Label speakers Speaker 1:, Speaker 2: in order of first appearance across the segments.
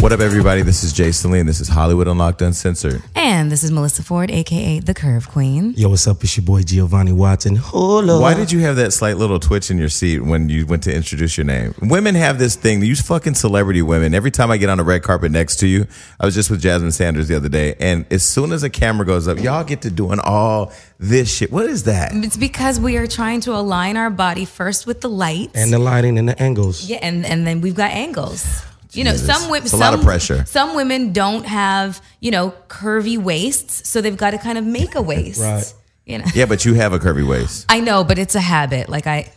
Speaker 1: What up, everybody? This is Jason Lee, and this is Hollywood Unlocked Uncensored.
Speaker 2: And this is Melissa Ford, aka the Curve Queen.
Speaker 3: Yo, what's up? It's your boy Giovanni Watson. Hola.
Speaker 1: Why did you have that slight little twitch in your seat when you went to introduce your name? Women have this thing. You fucking celebrity women. Every time I get on a red carpet next to you, I was just with Jasmine Sanders the other day, and as soon as a camera goes up, y'all get to doing all this shit. What is that?
Speaker 2: It's because we are trying to align our body first with the lights,
Speaker 3: And the lighting and the angles.
Speaker 2: yeah, and and then we've got angles. You know,
Speaker 1: Jesus.
Speaker 2: some women
Speaker 1: It's a lot of pressure.
Speaker 2: Some women don't have you know curvy waists, so they've got to kind of make a waist.
Speaker 3: Right.
Speaker 2: You know,
Speaker 1: Yeah, but you have a curvy waist.
Speaker 2: I know, but it's a habit. Like I,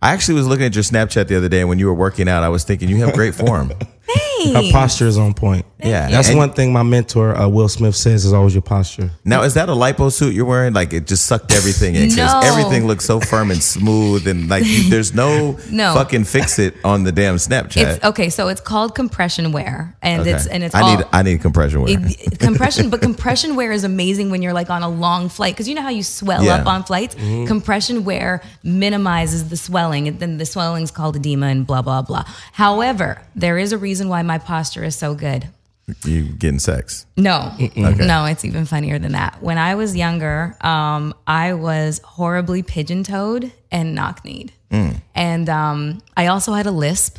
Speaker 1: I actually was looking at your Snapchat the other day, and when you were working out, I was thinking you have great form.
Speaker 3: Our posture is on point.
Speaker 1: Yeah,
Speaker 3: That's
Speaker 1: and-
Speaker 3: one thing my mentor, uh, Will Smith, says is always your posture.
Speaker 1: Now, is that a lipo suit you're wearing? Like it just sucked everything in because
Speaker 2: No.
Speaker 1: everything looks so firm and smooth, and like you, there's no,
Speaker 2: No.
Speaker 1: fucking fix it on the damn Snapchat.
Speaker 2: it's okay. So it's called compression wear, and
Speaker 1: Okay.
Speaker 2: it's and it's
Speaker 1: I
Speaker 2: all,
Speaker 1: need I need compression wear.
Speaker 2: it- compression, but compression wear is amazing when you're like on a long flight because you know how you swell
Speaker 1: Yeah. Mm-hmm.
Speaker 2: up on flights. Compression wear minimizes the swelling, and then the swelling's called edema and blah blah blah. However, there is a reason why my posture is so good.
Speaker 1: you getting sex?
Speaker 2: No,
Speaker 1: Okay.
Speaker 2: no, it's even funnier than that. When I was younger, um, I was horribly pigeon toed and knock kneed,
Speaker 1: Mm.
Speaker 2: and um, I also had a lisp.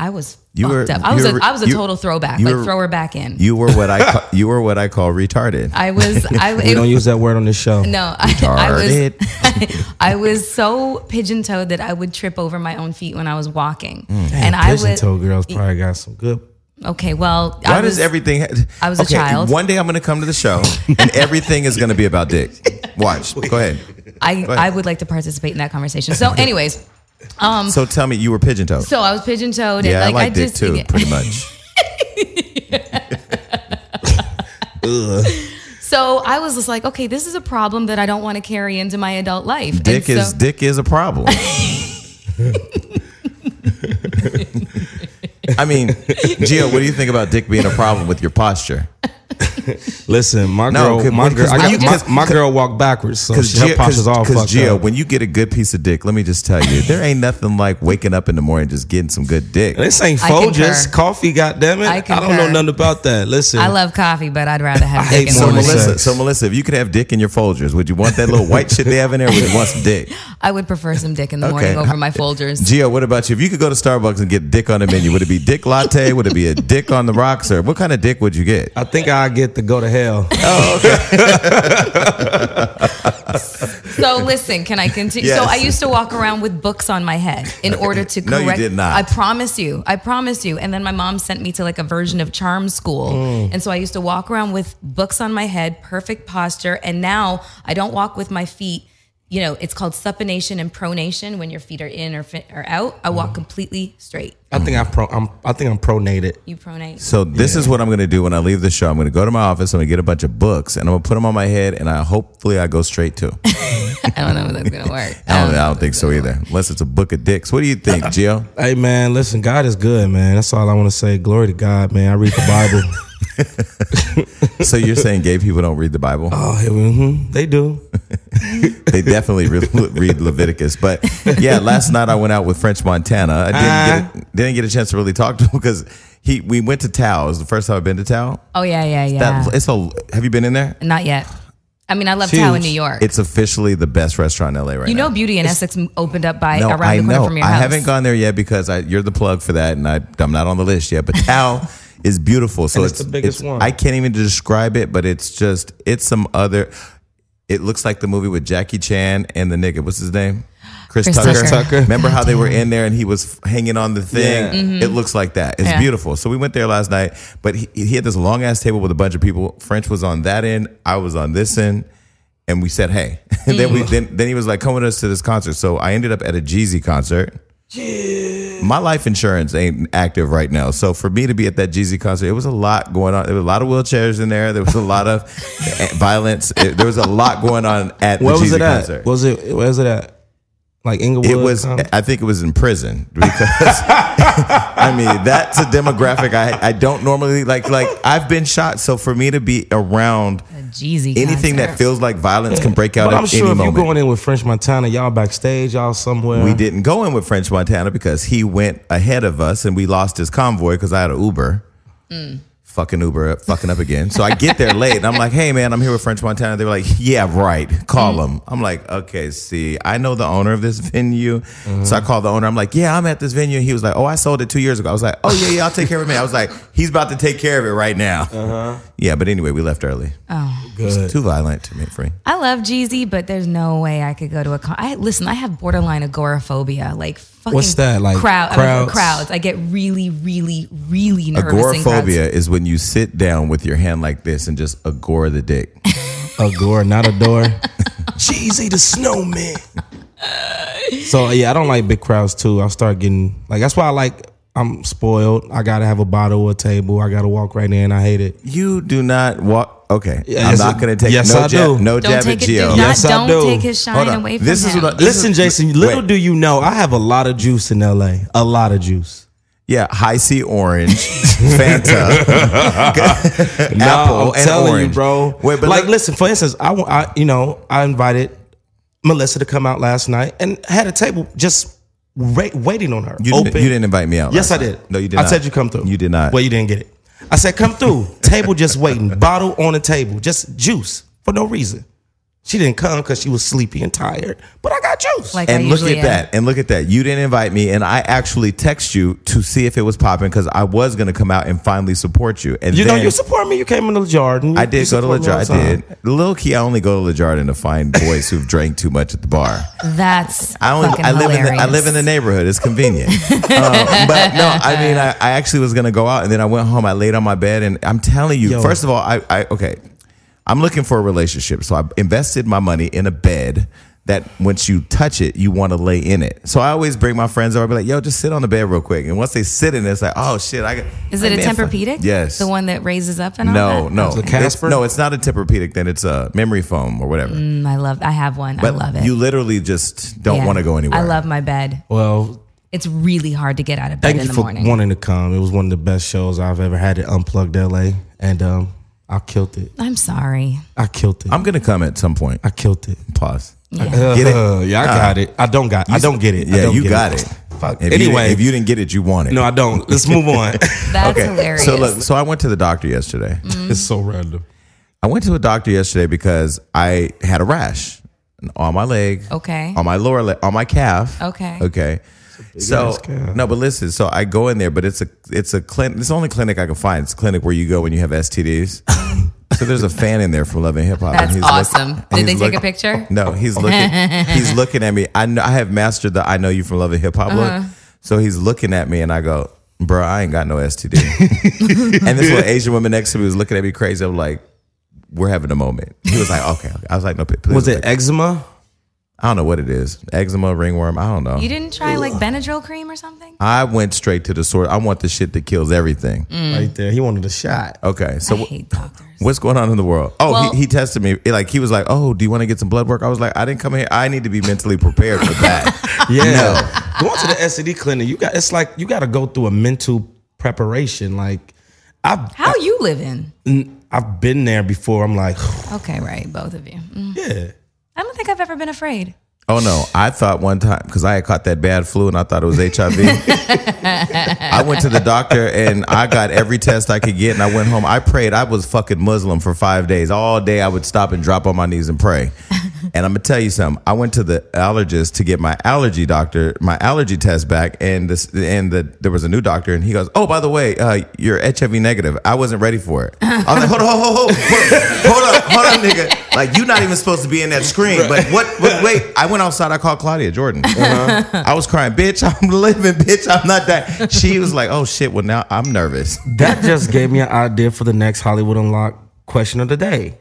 Speaker 2: I was
Speaker 1: You
Speaker 2: fucked
Speaker 1: were-
Speaker 2: up. I
Speaker 1: you
Speaker 2: was
Speaker 1: were-
Speaker 2: a, I was a
Speaker 1: you-
Speaker 2: total throwback,
Speaker 1: you
Speaker 2: like
Speaker 1: were-
Speaker 2: throw her back in.
Speaker 1: You were what I ca- you were what I call retarded.
Speaker 2: I was. I
Speaker 3: We
Speaker 2: it-
Speaker 3: don't use that word on this show.
Speaker 2: No, I, I was
Speaker 1: Retarded.
Speaker 2: I was so pigeon toed that I would trip over my own feet when I was walking,
Speaker 1: Mm.
Speaker 2: and I
Speaker 3: Pigeon
Speaker 2: would.
Speaker 3: toe girls probably got some good.
Speaker 2: Okay, well,
Speaker 1: Why
Speaker 2: I was,
Speaker 1: does everything? Ha-
Speaker 2: I was a child.
Speaker 1: One day I'm going to come to the show, and everything is going to be about dick. Watch. Go ahead.
Speaker 2: I I would like to participate in that conversation. So, anyways,
Speaker 1: So tell me, you were pigeon toed.
Speaker 2: Um, so I was pigeon toed,
Speaker 1: yeah,
Speaker 2: and like
Speaker 1: I like dick
Speaker 2: just
Speaker 1: too, pretty much.
Speaker 2: so I was just like, okay, this is a problem that I don't want to carry into my adult life. And
Speaker 1: Dick is
Speaker 2: so-
Speaker 1: dick is a problem. I mean, Gio, what do you think about dick being a problem with your posture?
Speaker 3: Oh, Listen, my
Speaker 1: No,
Speaker 3: girl,
Speaker 1: 'cause-
Speaker 3: my girl, I
Speaker 1: because
Speaker 3: got,
Speaker 1: you-
Speaker 3: my,
Speaker 1: because-
Speaker 3: my girl walked backwards, so
Speaker 1: Because
Speaker 3: she, her posture's all fucked
Speaker 1: Gio,
Speaker 3: up.
Speaker 1: when you get a good piece of dick, let me just tell you, there ain't nothing like waking up in the morning just getting some good dick.
Speaker 3: This ain't
Speaker 2: I
Speaker 3: Folgers
Speaker 2: concur.
Speaker 3: coffee, goddammit.
Speaker 2: I
Speaker 3: I, don't know
Speaker 2: concur.
Speaker 3: nothing about that. Listen,
Speaker 2: I love coffee, but I'd rather have
Speaker 3: I
Speaker 2: dick.
Speaker 3: hate
Speaker 2: in
Speaker 1: So
Speaker 2: the
Speaker 3: morning
Speaker 2: morning.
Speaker 1: Melissa,
Speaker 3: sex.
Speaker 1: so Melissa, if you could have dick in your Folgers, would you want that little white shit they have in there? Or would you want some dick?
Speaker 2: I would prefer some dick in the morning over my Folgers.
Speaker 1: Gio, what about you? If you could go to Starbucks and get dick on the menu, would it be dick latte? Would it be a dick on the rocks? Or what kind of dick would you get?
Speaker 3: I think I get to go to hell.
Speaker 2: So listen, can I continue?
Speaker 1: Yes.
Speaker 2: So I used to walk around with books on my head in order to
Speaker 1: No,
Speaker 2: correct.
Speaker 1: you did not.
Speaker 2: I promise you. I promise you. And then my mom sent me to like a version of charm school,
Speaker 1: Oh.
Speaker 2: and so I used to walk around with books on my head, perfect posture. And now I don't walk with my feet. You know, it's called supination and pronation when your feet are in or, fi- or out. I
Speaker 1: Mm.
Speaker 2: walk completely straight.
Speaker 3: I think I pro, I'm, I think I'm pronated.
Speaker 2: You pronate.
Speaker 1: So this is what I'm going to do when I leave the show. I'm going to go to my office. I'm going to get a bunch of books and I'm going to put them on my head. And I hopefully I go straight to. 'em.
Speaker 2: I don't know if that's gonna work. Um,
Speaker 1: I don't, I don't think so either, unless it's a book of dicks. What do you think, Gio?
Speaker 3: Hey man, listen, God is good, man. That's all I want to say. Glory to God, man. I read the Bible.
Speaker 1: So you're saying gay people don't read the Bible?
Speaker 3: oh, hey,
Speaker 1: mm-hmm.
Speaker 3: mhm, they do.
Speaker 1: They definitely re- read Leviticus. But yeah, last night I went out with French Montana. I didn't
Speaker 2: Uh-huh.
Speaker 1: get a, didn't get a chance to really talk to him because he we went to Tao. It was the first time I've been to Tao.
Speaker 2: Oh yeah, yeah, yeah.
Speaker 1: That, it's a, have you been in there?
Speaker 2: Not yet. I mean, I love
Speaker 3: Huge.
Speaker 2: Tao in New York.
Speaker 1: It's officially the best restaurant in LA right
Speaker 2: you
Speaker 1: now.
Speaker 2: know, Beauty in Essex m- opened up by around the corner from your
Speaker 1: I
Speaker 2: house.
Speaker 1: haven't gone there yet because I, you're the plug for that, and I, I'm not on the list yet. But Tao is beautiful, so
Speaker 3: And
Speaker 1: it's,
Speaker 3: it's the biggest
Speaker 1: it's-
Speaker 3: one.
Speaker 1: I can't even describe it, but it's just it's some other. It looks like the movie with Jackie Chan and the nigga. What's his name? Chris,
Speaker 2: Chris
Speaker 1: Tucker.
Speaker 2: Tucker. Tucker.
Speaker 1: Remember how they were in there and he was f- hanging on the thing?
Speaker 3: Yeah.
Speaker 1: It looks like that. It's
Speaker 2: Yeah.
Speaker 1: beautiful. So we went there last night, but he, he had this long ass table with a bunch of people. French was on that end. I was on this end and we said, "Hey." And then we then then he was like, "Come with us to this concert." So I ended up at a Jeezy concert. My life insurance ain't active right now, so for me to be at that Jeezy concert, it was a lot going on. There was a lot of wheelchairs in there. There was a lot of eh, violence. It- there was a lot going on at
Speaker 3: Where
Speaker 1: the Jeezy
Speaker 3: was it at?
Speaker 1: concert.
Speaker 3: Was it where was it at? Like Inglewood?
Speaker 1: it was.
Speaker 3: um,
Speaker 1: I think it was in prison because I mean that's a demographic I I don't normally like. Like I've been shot, so for me to be around
Speaker 2: Jeezy.
Speaker 1: anything
Speaker 2: concert.
Speaker 1: that feels like violence can break out
Speaker 3: but
Speaker 1: at
Speaker 3: I'm sure
Speaker 1: any
Speaker 3: if
Speaker 1: moment.
Speaker 3: you going in with French Montana, y'all backstage, y'all somewhere.
Speaker 1: We didn't go in with French Montana because he went ahead of us and we lost his convoy because I had an Uber. Fucking Uber, up, fucking up again. So I get there late, and I'm like, "Hey, man, I'm here with French Montana." They were like, "Yeah, right. Call him." I'm like, "Okay, see, I know the owner of this venue." So I called the owner. I'm like, "Yeah, I'm at this venue." He was like, "Oh, I sold it two years ago." I was like, "Oh yeah, yeah, I'll take care of it." man." I was like, "He's about to take care of it right now." Yeah, but anyway, we left early.
Speaker 3: Good.
Speaker 1: Too violent to me, free.
Speaker 2: I love Jeezy, but there's no way I could go to a con. I listen. I have borderline agoraphobia. Like fucking
Speaker 3: What's that, like,
Speaker 2: crowd,
Speaker 3: crowds?
Speaker 2: crowds. crowds. I get really, really, really nervous. in crowds.
Speaker 1: Agoraphobia is when you sit down with your hand like this and just agora the dick.
Speaker 3: A door, not a door. Jeezy the snowman. so yeah, I don't like big crowds too. I'll start getting like that's why I like I'm spoiled. I gotta have a bottle or a table. I gotta walk right in. I hate it.
Speaker 1: You do not walk. Okay,
Speaker 3: Yes,
Speaker 1: I'm not going to take
Speaker 3: yes,
Speaker 1: no
Speaker 3: I
Speaker 1: jab.
Speaker 3: do.
Speaker 1: No
Speaker 2: Don't
Speaker 1: jab
Speaker 2: take
Speaker 1: at
Speaker 2: it. Do
Speaker 1: Gio.
Speaker 2: not,
Speaker 3: Yes, I
Speaker 2: don't
Speaker 3: do.
Speaker 2: take his shine
Speaker 1: Hold on.
Speaker 2: away from
Speaker 1: This is
Speaker 2: him.
Speaker 1: what I-
Speaker 3: Listen, Jason, little
Speaker 1: Wait.
Speaker 3: do you know, I have a lot of juice in LA. A lot of juice.
Speaker 1: Yeah, high C orange, Fanta, apple,
Speaker 3: Nah, I'm
Speaker 1: and
Speaker 3: telling
Speaker 1: orange,
Speaker 3: you, bro.
Speaker 1: Wait, but
Speaker 3: like,
Speaker 1: look-
Speaker 3: listen. For instance, I, wa- I, you know, I invited Melissa to come out last night and had a table just wait, waiting on her.
Speaker 1: you
Speaker 3: open.
Speaker 1: didn't, you didn't invite me out.
Speaker 3: Yes, I
Speaker 1: last
Speaker 3: did.
Speaker 1: night. No, you did.
Speaker 3: I
Speaker 1: not.
Speaker 3: said you come through.
Speaker 1: You did not.
Speaker 3: Well, you didn't get it. I said come through. table just waiting. Bottle on the table. Just juice for no reason. She didn't come because she was sleepy and tired. But I got juice.
Speaker 2: Like I
Speaker 1: and look
Speaker 2: usually
Speaker 1: at
Speaker 2: am.
Speaker 1: that. And look at that. You didn't invite me, and I actually text you to see if it was popping because I was going to come out and finally support you. And
Speaker 3: you
Speaker 1: then,
Speaker 3: know, you support me. You came in the Jordan.
Speaker 1: I did go to La Jardin. I did. Little key, I only go to La Jardin to find boys who've drank too much at the bar.
Speaker 2: That's
Speaker 1: I only
Speaker 2: fucking
Speaker 1: I live
Speaker 2: hilarious.
Speaker 1: in the, I live in the neighborhood. It's convenient. Um, but no, I mean, I, I actually was gonna go out, and then I went home. I laid on my bed, and I'm telling you,
Speaker 3: Yo.
Speaker 1: first of all, I, I okay, I'm looking for a relationship, so I invested my money in a bed. That once you touch it, you want to lay in it. So I always bring my friends over, be like, "Yo, just sit on the bed real quick." And once they sit in, it, it's like, "Oh shit, I got."
Speaker 2: Is it
Speaker 1: I
Speaker 2: a
Speaker 1: mean, fuck-
Speaker 2: Tempur-Pedic?
Speaker 1: Yes.
Speaker 2: the one that raises up and all
Speaker 1: No,
Speaker 2: that?
Speaker 1: no,
Speaker 3: It's a
Speaker 1: It's-
Speaker 3: Casper?
Speaker 1: no, it's not a Tempur-Pedic. Then it's a memory foam or whatever.
Speaker 2: Mm, I love. I have one.
Speaker 1: but
Speaker 2: I love it.
Speaker 1: you literally just don't
Speaker 2: Yeah.
Speaker 1: want to go anywhere.
Speaker 2: I love my bed.
Speaker 3: Well,
Speaker 2: It's really hard to get out of bed
Speaker 3: Thank
Speaker 2: in
Speaker 3: you
Speaker 2: the
Speaker 3: for
Speaker 2: morning.
Speaker 3: wanting to come. It was one of the best shows I've ever had at Unplugged LA, and um, I killed it.
Speaker 2: I'm sorry.
Speaker 3: I killed it.
Speaker 1: I'm gonna come at some point.
Speaker 3: I killed it.
Speaker 1: Pause.
Speaker 2: Yeah.
Speaker 1: Get it?
Speaker 3: Uh, yeah, I got it. I don't got. I don't get it. I
Speaker 1: Yeah,
Speaker 3: don't
Speaker 1: you
Speaker 3: get
Speaker 1: got it.
Speaker 3: Fuck.
Speaker 1: If you
Speaker 3: anyway,
Speaker 1: didn't- if you didn't get it, you want it.
Speaker 3: no, I don't. Let's move on. Mm-hmm.
Speaker 2: That's hilarious.
Speaker 1: So look, so I went to the doctor yesterday.
Speaker 3: it's so random.
Speaker 1: I went to a doctor yesterday because I had a rash on my leg,
Speaker 3: Um,
Speaker 2: Okay.
Speaker 1: on my lower leg, on my calf.
Speaker 2: Okay.
Speaker 1: Okay. So
Speaker 3: ass calf.
Speaker 1: no, but listen. So I go in there, but it's a it's a clinic. It's the only clinic I can find. It's a clinic where you go when you have STDs. so there's a fan in there for Love and Hip Hop. and
Speaker 2: That's
Speaker 1: he's look-
Speaker 2: awesome.
Speaker 1: and
Speaker 2: Did
Speaker 1: he's
Speaker 2: they take a
Speaker 1: look-
Speaker 2: picture?
Speaker 3: Oh.
Speaker 1: No, he's looking. he's looking at me. I know, I have mastered the "I know you from Love and Hip Hop" look. So he's looking at me, and I go, "Bro, I ain't got no STD." and this little Asian woman next to me was looking at me crazy. I'm like, "We're having a moment." He was like, "Okay." okay." I was like, "No, please."
Speaker 3: Was it
Speaker 1: Like,
Speaker 3: eczema?
Speaker 1: I don't know what it is. Eczema, ringworm. I don't know.
Speaker 2: You didn't try like Benadryl cream or something?
Speaker 1: I went straight to the source. I want the shit that kills everything.
Speaker 2: Mm.
Speaker 3: Right there. He wanted a shot.
Speaker 1: Okay, so
Speaker 2: I
Speaker 1: wh-
Speaker 2: hate doctors.
Speaker 1: What's going on in the world? Oh,
Speaker 2: Well-
Speaker 1: he, he tested me. It, Like he was like, "Oh, do you want to get some blood work?" I was like, "I didn't come here. I need to be mentally prepared for that."
Speaker 3: Yeah. Going to the STD clinic, you got. It's like you got to go through a mental preparation. Like I've
Speaker 2: How you living?
Speaker 3: I've been there before. I'm like,
Speaker 2: Okay, right, both of you. Mm.
Speaker 3: yeah.
Speaker 2: I don't think I've ever been afraid.
Speaker 1: Oh no! I thought one time because I had caught that bad flu and I thought it was HIV. I went to the doctor and I got every test I could get, and I went home. I prayed. I was fucking Muslim for five days. All day I would stop and drop on my knees and pray. And I'm gonna tell you something. I went to the allergist to get my allergy doctor my allergy test back, and this and the there was a new doctor, and he goes, "Oh, by the way, uh, you're HIV negative." I wasn't ready for it. I was like, "Hold on, hold on, hold on, hold on, hold on, nigga! Like you're not even supposed to be in that screen." But what? But wait, I went outside. I called Claudia Jordan. I was crying, bitch. I'm living, bitch. I'm not that. She was like, "Oh shit." Well, now I'm nervous.
Speaker 3: That just gave me an idea for the next Hollywood Unlocked question of the day.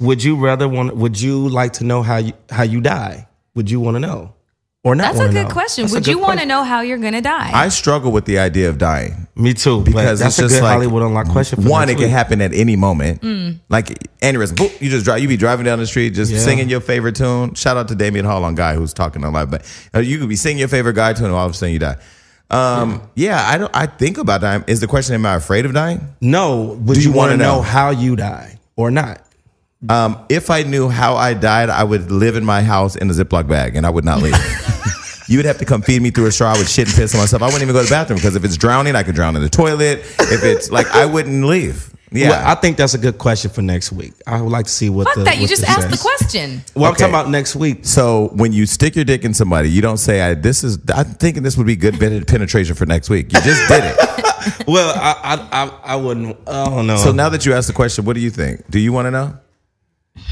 Speaker 3: Would you rather want? Would you like to know how you how you die? Would you want to know or not?
Speaker 2: That's a
Speaker 3: wanna
Speaker 2: good
Speaker 3: know?
Speaker 2: question.
Speaker 3: That's a
Speaker 2: Would
Speaker 3: good
Speaker 2: you want to
Speaker 3: question.
Speaker 2: know how you're gonna die?
Speaker 1: I struggle with the idea of dying.
Speaker 3: Me too. Because
Speaker 1: Because
Speaker 3: that's
Speaker 1: it's
Speaker 3: a
Speaker 1: just
Speaker 3: good
Speaker 1: like,
Speaker 3: Hollywood Unlocked question. For
Speaker 1: One, it
Speaker 3: next
Speaker 1: can
Speaker 3: week.
Speaker 1: happen at any moment. Like aneurysm, boop, you just drive. You be driving down the street, just
Speaker 3: Yeah.
Speaker 1: singing your favorite tune. Shout out to Damien Hall on Guy who's talking on live, but uh, you could be singing your favorite guy tune, and all of a sudden you die. Um, yeah, I don't. I think about dying. Is the question? Am I afraid of dying?
Speaker 3: No. Would
Speaker 1: Do
Speaker 3: you,
Speaker 1: you
Speaker 3: want to
Speaker 1: wanna
Speaker 3: know
Speaker 1: know?
Speaker 3: how you die or not?
Speaker 1: Um, if I knew how I died, I would live in my house in a Ziploc bag and I would not leave. You would have to come feed me through a straw. I would shit and piss on myself. I wouldn't even go to the bathroom because if it's drowning, I could drown in the toilet. If it's like, I wouldn't leave. Yeah.
Speaker 3: Well, I think that's a good question for next week. I would like to see what
Speaker 2: Fuck
Speaker 3: the
Speaker 2: that. You
Speaker 3: what
Speaker 2: just
Speaker 3: the
Speaker 2: asked the
Speaker 3: says.
Speaker 2: question.
Speaker 3: Well,
Speaker 1: Okay.
Speaker 3: I'm talking about next week.
Speaker 1: So when you stick your dick in somebody, you don't say, "I this is." I'm thinking this would be good bit- penetration for next week. You just did it.
Speaker 3: Well, I I I, I wouldn't. I don't know.
Speaker 1: so now that you asked the question, what do you think? Do you want to know?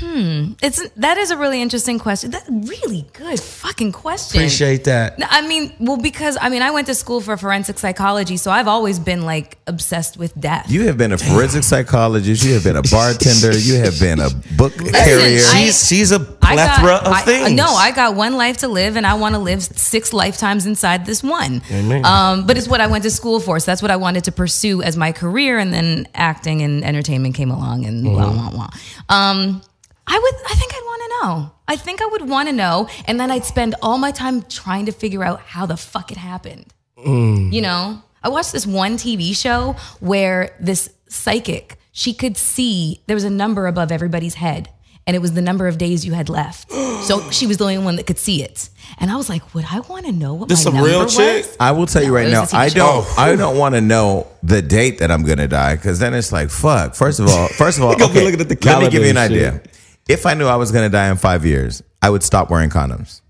Speaker 2: It's that is a really interesting question. That really good fucking question.
Speaker 3: appreciate that.
Speaker 2: No, I mean, well, because I mean, I went to school for forensic psychology, so I've always been like obsessed with death.
Speaker 1: You have been a forensic psychologist. You have been a bartender. You have been a book carrier.
Speaker 2: I-
Speaker 3: She's she's a
Speaker 2: I got-
Speaker 3: plethora of
Speaker 2: I- uh,
Speaker 3: things.
Speaker 2: No, I got one life to live, and I want to live six lifetimes inside this one.
Speaker 3: Amen.
Speaker 2: Um, but it's what I went to school for, so that's what I wanted to pursue as my career. And then acting and entertainment came along, and blah
Speaker 3: Mm-hmm.
Speaker 2: blah blah. Um, I would, I think I'd want to know. I think I would want to know, and then I'd spend all my time trying to figure out how the fuck it happened. You know, I watched this one TV show where this psychic, she could see there was a number above everybody's head. And it was the number of days you had left. So she was the only one that could see it. And I was like, would I want to know what
Speaker 3: This
Speaker 2: my
Speaker 3: some
Speaker 2: number
Speaker 3: real
Speaker 2: was?
Speaker 3: chick?
Speaker 1: I will tell you
Speaker 2: No,
Speaker 1: right
Speaker 2: it
Speaker 1: now,
Speaker 2: was a
Speaker 1: I
Speaker 2: TV show.
Speaker 1: don't.
Speaker 3: Oh.
Speaker 1: I don't want to know the date that I'm gonna die because then it's like fuck. First of all, first of all,
Speaker 3: gonna be
Speaker 1: okay,
Speaker 3: looking at the
Speaker 1: let me give you an
Speaker 3: calendar and
Speaker 1: idea. If I knew I was gonna die in five years, I would stop wearing condoms.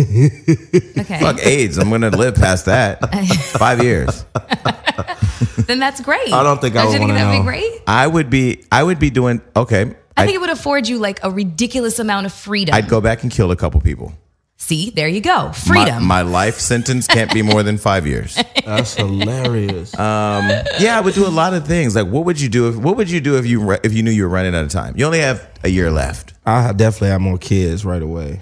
Speaker 2: Okay.
Speaker 1: Fuck AIDS. I'm gonna live past that. Five years.
Speaker 2: Then that's great.
Speaker 3: I don't think I would
Speaker 2: think
Speaker 3: wanna
Speaker 2: that
Speaker 3: know.
Speaker 2: be great.
Speaker 1: I would be. I would be doing okay.
Speaker 2: I,
Speaker 1: I
Speaker 2: think it would afford you like a ridiculous amount of freedom.
Speaker 1: I'd go back and kill a couple people.
Speaker 2: see, there you go.
Speaker 1: My-
Speaker 2: Freedom.
Speaker 1: My, life sentence can't be more than five years.
Speaker 3: That's hilarious.
Speaker 1: Yeah, I would do a lot of things. Like, what would you do if What would you do if you re- if you knew you were running out of time? You only have a year left.
Speaker 3: I definitely have more kids right away.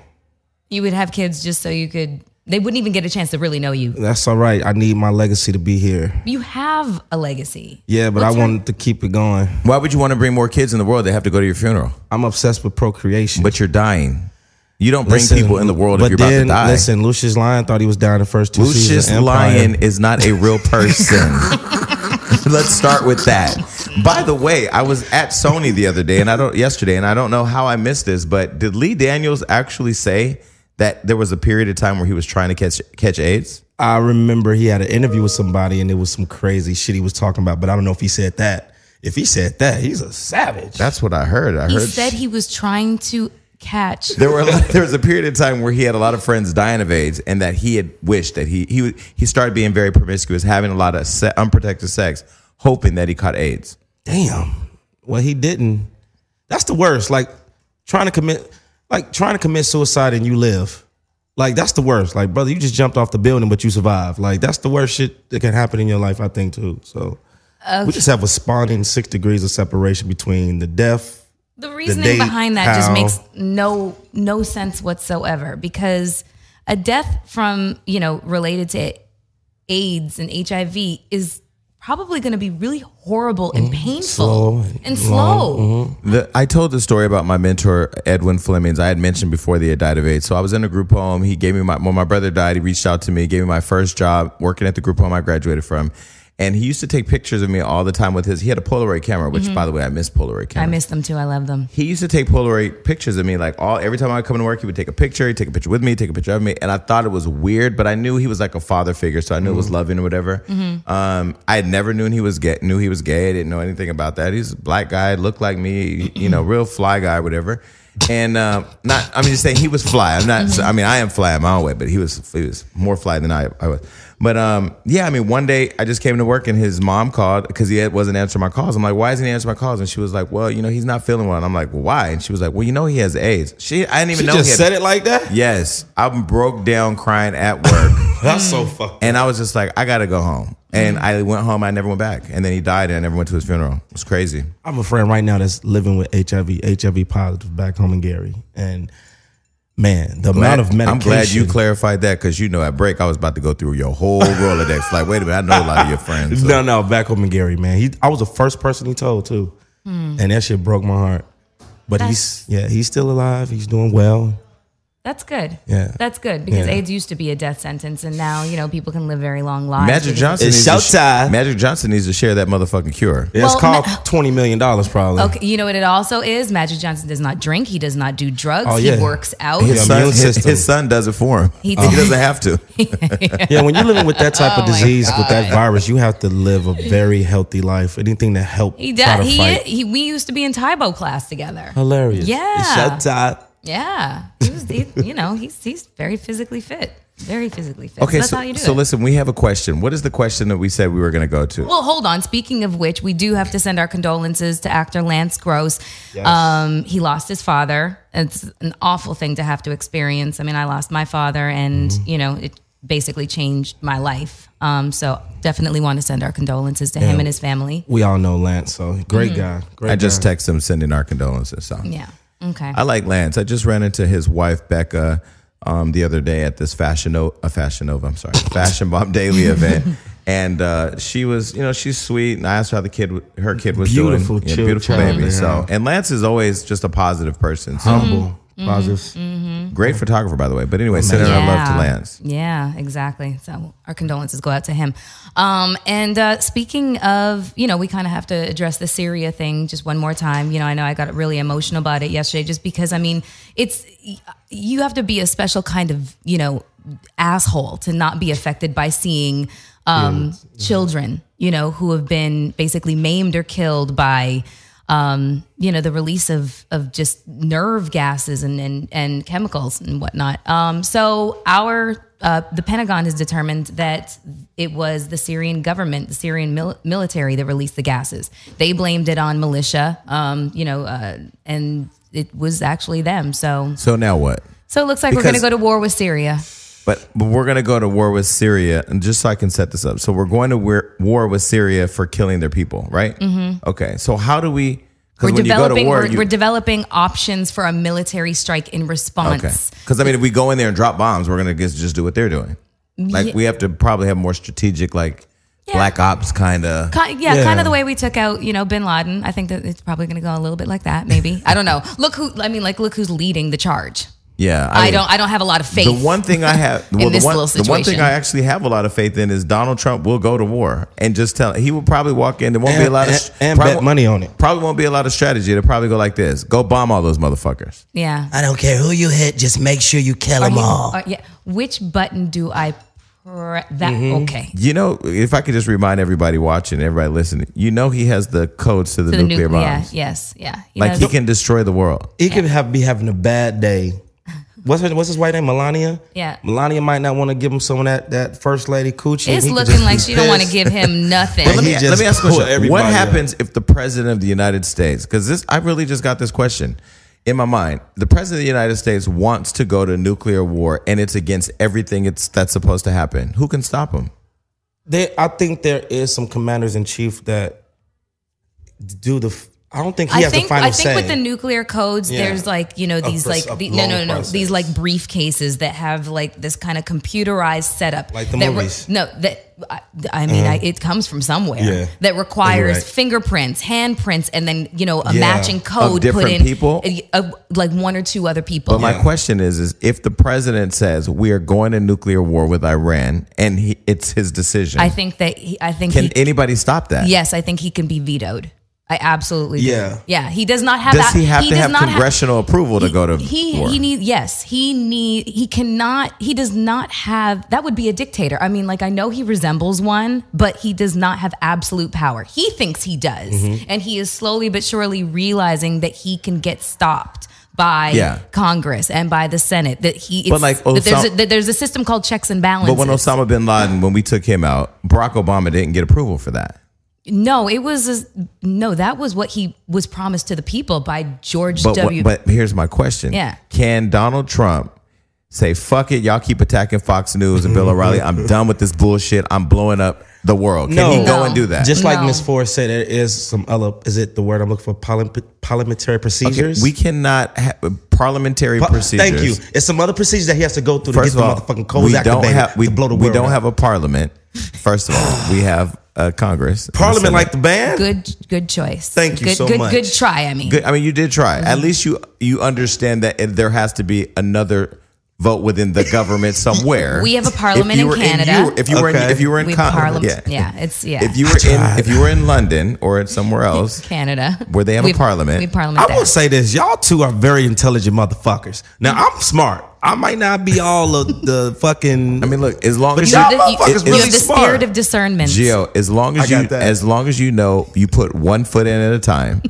Speaker 2: you would have kids just so you could, they wouldn't even get a chance to really know you.
Speaker 3: That's all right. I need my legacy to be here.
Speaker 2: You have a legacy.
Speaker 3: Yeah, but I wanted to keep it going.
Speaker 1: Why would you want to bring more kids in the world? They have to go to your funeral,
Speaker 3: I'm obsessed with procreation.
Speaker 1: but you're dying. You don't bring people in the world if
Speaker 3: but
Speaker 1: you're
Speaker 3: then,
Speaker 1: about to die.
Speaker 3: Listen, Lucius Lyon thought he was dying the first two seasons.
Speaker 1: Lucius
Speaker 3: of Empire.
Speaker 1: Lyon is not a real person. Let's start with that. By the way, I was at Sony the other day, and I don't yesterday, and I don't know how I missed this, but did Lee Daniels actually say that there was a period of time where he was trying to catch catch AIDS?
Speaker 3: I remember he had an interview with somebody and it was some crazy shit he was talking about, but I don't know if he said that. If he said that, he's a savage.
Speaker 1: That's what I heard. I
Speaker 2: He
Speaker 1: heard
Speaker 2: said he was trying to catch.
Speaker 1: there were a lot, there was a period of time where he had a lot of friends dying of AIDS, and that he had wished that he he would- he started being very promiscuous, having a lot of se- unprotected sex, hoping that he caught AIDS.
Speaker 3: Damn. Well, he didn't. That's the worst. Like trying to commit like trying to commit suicide and you live. Like that's the worst. Like, brother, you just jumped off the building, but you survived. Like, that's the worst shit that can happen in your life, I think, too. So we just have a spawning six degrees of separation between the death.
Speaker 2: The reasoning
Speaker 3: date,
Speaker 2: behind that just
Speaker 3: how-
Speaker 2: makes no no sense whatsoever because a death from you know related to AIDS and HIV is probably going to be really horrible and painful
Speaker 3: Mm, slow
Speaker 2: and,
Speaker 3: and mm-hmm.
Speaker 2: slow.
Speaker 1: The, I told the story about my mentor Edwin Flemings. I had mentioned before that he had died of AIDS. So I was in a group home. He gave me my when my brother died. He reached out to me, gave me my first job working at the group home I graduated from, and he used to take pictures of me all the time with his. He had a Polaroid camera, which by the way I miss Polaroid
Speaker 2: I
Speaker 1: cameras.
Speaker 2: miss them too. I love them.
Speaker 1: he used to take Polaroid pictures of me. Like all every time I would come to work, he would take a picture. He'd take a picture with me, take a picture of me, and I thought it was weird, but I knew he was like a father figure, so I knew it was loving or whatever. Um, I had never knew he was gay. Knew he was gay. I didn't know anything about that. He's a black guy, looked like me, you know, real fly guy, or whatever. And um, not, I'm just saying he was fly. I'm not. I mean, I am fly in my own way, but he was he was more fly than I, I was. But um, yeah, I mean, one day I just came to work and his mom called because he had- wasn't answering my calls. I'm like, why isn't he answering my calls? And she was like, well, you know, he's not feeling well. And I'm like, well, why? And she was like, well, you know, he has AIDS. She, I didn't even
Speaker 3: He
Speaker 1: know he
Speaker 3: just
Speaker 1: had.
Speaker 3: said it like that?
Speaker 1: Yes, I'm broke down crying at work,
Speaker 3: That's so fucked.
Speaker 1: and I was just like, I gotta go home. And I went home. I never went back. And then he died, and I never went to his funeral. It was crazy.
Speaker 3: I have a friend right now that's living with HIV, HIV positive back home in Gary. And man, the amount of medication.
Speaker 1: I'm glad you clarified that because you know at break I was about to go through your whole Rolodex. like, wait a minute, I know a lot of your friends. so-
Speaker 3: No, no, back home in Gary, man. He, I was the first person he told too,
Speaker 2: Hmm.
Speaker 3: and that shit broke my heart. But he's, yeah, he's still alive. He's doing well.
Speaker 2: That's good.
Speaker 3: Yeah.
Speaker 2: That's good because
Speaker 3: Yeah.
Speaker 2: AIDS used to be a death sentence and now, you know, people can live very long lives.
Speaker 1: Magic
Speaker 2: because-
Speaker 1: Johnson.
Speaker 4: It's
Speaker 1: needs to sh-
Speaker 4: showtime.
Speaker 1: Magic Johnson needs to share that motherfucking cure.
Speaker 3: Yeah,
Speaker 2: Well,
Speaker 3: it's called twenty million dollars probably.
Speaker 2: Okay, you know what it also is? Magic Johnson does not drink. He does not do drugs.
Speaker 3: Oh, yeah.
Speaker 2: He works out.
Speaker 3: His
Speaker 1: His
Speaker 3: Yeah,
Speaker 1: son,
Speaker 3: immune
Speaker 1: his,
Speaker 3: system.
Speaker 1: his son does it for him.
Speaker 2: He
Speaker 1: He,
Speaker 2: does.
Speaker 1: doesn't have to.
Speaker 3: Yeah, when you're living with that type of
Speaker 2: Oh my
Speaker 3: disease, with that virus, you have to live a very healthy life. Anything to help.
Speaker 2: He
Speaker 3: Try to
Speaker 2: does. He,
Speaker 3: fight.
Speaker 2: he we used to be in Taibo class together.
Speaker 3: Hilarious.
Speaker 2: Yeah.
Speaker 4: Showtime.
Speaker 2: Yeah. He was, he, you know, he's he's very physically fit. Very physically fit.
Speaker 1: Okay,
Speaker 2: That's
Speaker 1: so,
Speaker 2: how you do
Speaker 1: so
Speaker 2: it.
Speaker 1: listen, we have a question. What is the question that we said we were going to go to?
Speaker 2: Well, hold on. Speaking of which, we do have to send our condolences to actor Lance Gross. Um, he lost his father. It's an awful thing to have to experience. I mean, I lost my father, and
Speaker 1: Mm-hmm.
Speaker 2: you know, it basically changed my life. Um, so definitely want to send our condolences to him and his family.
Speaker 3: We all know Lance, so great
Speaker 2: Mm-hmm.
Speaker 3: guy. Great
Speaker 1: I just
Speaker 3: guy.
Speaker 1: text him sending our condolences. So.
Speaker 2: Yeah. Okay.
Speaker 1: I like Lance. I just ran into his wife Becca um, the other day at this fashion o- a fashion Nova. I'm sorry, Fashion Bob Daily event, and uh, she was you know she's sweet. And I asked her how the kid w- her kid was
Speaker 3: Beautiful
Speaker 1: doing. Yeah,
Speaker 3: child-
Speaker 1: beautiful
Speaker 3: child,
Speaker 1: baby.
Speaker 3: yeah.
Speaker 1: So and Lance is always just a positive person. So
Speaker 3: humble,
Speaker 2: Mm-hmm.
Speaker 3: positive.
Speaker 1: great photographer by the way. But anyway, sending our love to Lance.
Speaker 2: Oh Yeah, exactly. So our condolences go out to him. Um, and uh, speaking of, you know, we kind of have to address the Syria thing just one more time. You know, I know I got really emotional about it yesterday, just because I mean, it's you have to be a special kind of, you know, asshole to not be affected by seeing um, children, you know, who have been basically maimed or killed by um, you know, the release of of just nerve gases and and, and chemicals and whatnot. Um, so our uh, the Pentagon has determined that it was the Syrian government, the Syrian mil- military that released the gases. They blamed it on militia, um, you know, uh, and it was actually them. So
Speaker 1: So now what?
Speaker 2: so it looks like we're going
Speaker 1: Because-
Speaker 2: to go to war with Syria.
Speaker 1: But, but we're going to go to war with Syria, and just so I can set this up. So we're going to war, war with Syria for killing their people, right? Mm-hmm. Okay. So how do we? Because
Speaker 2: We're
Speaker 1: when you go to
Speaker 2: developing
Speaker 1: war,
Speaker 2: we're,
Speaker 1: you,
Speaker 2: we're developing options for a military strike in
Speaker 1: Okay.
Speaker 2: response.
Speaker 1: Because I mean, if we go in there and drop bombs, we're gonna just just do what they're doing. Like we have to probably have more strategic, like
Speaker 2: Yeah.
Speaker 1: black ops kind of.
Speaker 2: Ki yeah,
Speaker 3: Yeah.
Speaker 2: kind of the way we took out, you know, Bin Laden. I think that it's probably going to go a little bit like that. Maybe I don't know. Look who I mean, like look who's leading the charge.
Speaker 1: Yeah,
Speaker 2: I,
Speaker 1: mean,
Speaker 2: don't. I don't have a lot of faith.
Speaker 1: The one thing I have, well,
Speaker 2: this
Speaker 1: the, one,
Speaker 2: little
Speaker 1: the one thing
Speaker 2: situation.
Speaker 1: I actually have a lot of faith in is Donald Trump will go to war and just tell. He will probably walk in. There won't be a
Speaker 3: And-
Speaker 1: lot of
Speaker 3: and-
Speaker 1: sh-
Speaker 3: and bet money on it.
Speaker 1: Probably won't be a lot of strategy. It'll probably go like this: go bomb all those motherfuckers.
Speaker 2: yeah.
Speaker 4: I don't care who you hit, just make sure you kill them
Speaker 2: Are you-
Speaker 4: all.
Speaker 2: are- yeah. Which button do I? Pre- that
Speaker 1: Mm-hmm.
Speaker 2: okay.
Speaker 1: You know, if I could just remind everybody watching, everybody listening, you know, he has the codes to the,
Speaker 2: To the
Speaker 1: nuclear,
Speaker 2: nuclear. Yeah,
Speaker 1: bombs.
Speaker 2: yes. Yeah.
Speaker 1: Like
Speaker 2: does-
Speaker 1: he can destroy the world.
Speaker 3: He could have be having a bad day. What's her, what's his white name? Melania.
Speaker 2: Yeah.
Speaker 3: Melania might not want to give him some of that that first lady coochie. and
Speaker 2: It's
Speaker 3: he could
Speaker 2: looking
Speaker 3: just
Speaker 2: like
Speaker 3: be
Speaker 2: she don't want to
Speaker 3: pissed.
Speaker 2: give him nothing.
Speaker 1: But
Speaker 3: he
Speaker 1: let, me,
Speaker 3: just
Speaker 1: let me ask you a
Speaker 3: pull
Speaker 1: question.
Speaker 3: everybody
Speaker 1: What
Speaker 3: up.
Speaker 1: happens if the president of the United States? Because this, I really just got this question in my mind. The president of the United States wants to go to nuclear war, and it's against everything it's that's supposed to happen. Who can stop him?
Speaker 3: There, I think there is some commanders in chief that do the. f- I don't think he
Speaker 2: I
Speaker 3: has
Speaker 2: think
Speaker 3: the final
Speaker 2: I think
Speaker 3: say.
Speaker 2: with the nuclear codes,
Speaker 3: Yeah.
Speaker 2: there's like you know these
Speaker 3: pres-
Speaker 2: like
Speaker 3: a
Speaker 2: the, no no
Speaker 3: long
Speaker 2: no
Speaker 3: process.
Speaker 2: these like briefcases that have like this kind of computerized setup.
Speaker 3: Like the
Speaker 2: that re-
Speaker 3: movies. Uh-huh.
Speaker 2: no, that I, I mean I, it comes from somewhere
Speaker 3: Yeah.
Speaker 2: that requires
Speaker 3: right.
Speaker 2: fingerprints, handprints, and then you know a
Speaker 3: Yeah.
Speaker 2: matching
Speaker 3: Of
Speaker 2: code
Speaker 1: different
Speaker 2: put in
Speaker 1: people?
Speaker 2: uh, uh, like one or two other people.
Speaker 1: But my question is: is if the president says we are going to nuclear war with Iran, and he, it's his decision,
Speaker 2: I think that he, I think
Speaker 1: can
Speaker 2: he,
Speaker 1: anybody stop that?
Speaker 2: yes, I think he can be vetoed. I absolutely do.
Speaker 3: Yeah.
Speaker 2: yeah. He does not have
Speaker 1: Does
Speaker 2: that.
Speaker 1: he have to
Speaker 2: does
Speaker 1: have
Speaker 2: not ha-
Speaker 1: congressional approval to go to
Speaker 2: he
Speaker 1: war?
Speaker 2: he needs yes he need he cannot he does not have that would be a dictator i mean like i know he resembles one but he does not have absolute power he thinks he does
Speaker 1: Mm-hmm.
Speaker 2: and he is slowly but surely realizing that he can get stopped by
Speaker 1: Yeah.
Speaker 2: congress and by the senate that he it's,
Speaker 1: But like
Speaker 2: that there's, a,
Speaker 1: Osama-
Speaker 2: that there's a system called checks and
Speaker 1: but
Speaker 2: balances
Speaker 1: when Osama bin Laden, when we took him out, Barack Obama didn't get approval for that.
Speaker 2: no it was no that was what he was promised to the people by george
Speaker 1: But
Speaker 2: w
Speaker 1: what, but here's my question.
Speaker 2: Yeah.
Speaker 1: Can Donald Trump say fuck it, y'all keep attacking Fox News and Bill O'Reilly. I'm done with this bullshit. I'm blowing up the world. Can he
Speaker 3: No.
Speaker 1: go
Speaker 2: No.
Speaker 1: and do that?
Speaker 3: Just like
Speaker 2: No.
Speaker 3: Ms. Forrest said, there is some other. Is it the word I'm looking for? Parliament, parliamentary
Speaker 1: Okay,
Speaker 3: procedures.
Speaker 1: we cannot have parliamentary
Speaker 3: Pa-
Speaker 1: procedures.
Speaker 3: Thank you. It's some other procedures that he has to go through
Speaker 1: First
Speaker 3: to
Speaker 1: of
Speaker 3: get
Speaker 1: all,
Speaker 3: the motherfucking codes
Speaker 1: we don't
Speaker 3: activated
Speaker 1: have we,
Speaker 3: to blow the
Speaker 1: we
Speaker 3: world
Speaker 1: don't
Speaker 3: up.
Speaker 1: have a parliament. First of all, we have a Congress. and a
Speaker 3: parliament
Speaker 1: Senate.
Speaker 3: like the band.
Speaker 2: good good choice
Speaker 3: Thank you
Speaker 2: good,
Speaker 3: so
Speaker 2: good,
Speaker 3: much.
Speaker 2: good try i mean Mm-hmm.
Speaker 1: Good. I mean, you did try. At least you you understand that it, there has to be another vote within the government somewhere.
Speaker 2: We have a parliament
Speaker 1: If you
Speaker 2: in
Speaker 1: were
Speaker 2: Canada.
Speaker 1: Europe- if you were in,
Speaker 3: Okay.
Speaker 1: if you were in
Speaker 2: we
Speaker 1: Con-
Speaker 2: parliament. Yeah. it's yeah.
Speaker 1: If you were in if you were in London or at somewhere else,
Speaker 2: Canada,
Speaker 1: Where they have a
Speaker 2: We-
Speaker 1: parliament.
Speaker 2: we parliament.
Speaker 3: I
Speaker 2: there.
Speaker 3: will say this: y'all two are very intelligent motherfuckers. Now I'm smart. I might not be all of the fucking.
Speaker 1: I mean, look, as long as
Speaker 2: you have
Speaker 1: you,
Speaker 3: y'all
Speaker 2: the, you-
Speaker 3: motherfuckers
Speaker 2: you
Speaker 3: really
Speaker 2: have the
Speaker 3: smart.
Speaker 2: spirit of discernment.
Speaker 1: Gio, as long as
Speaker 3: I got
Speaker 1: you
Speaker 3: that.
Speaker 1: as long as you know you put one foot in at a time.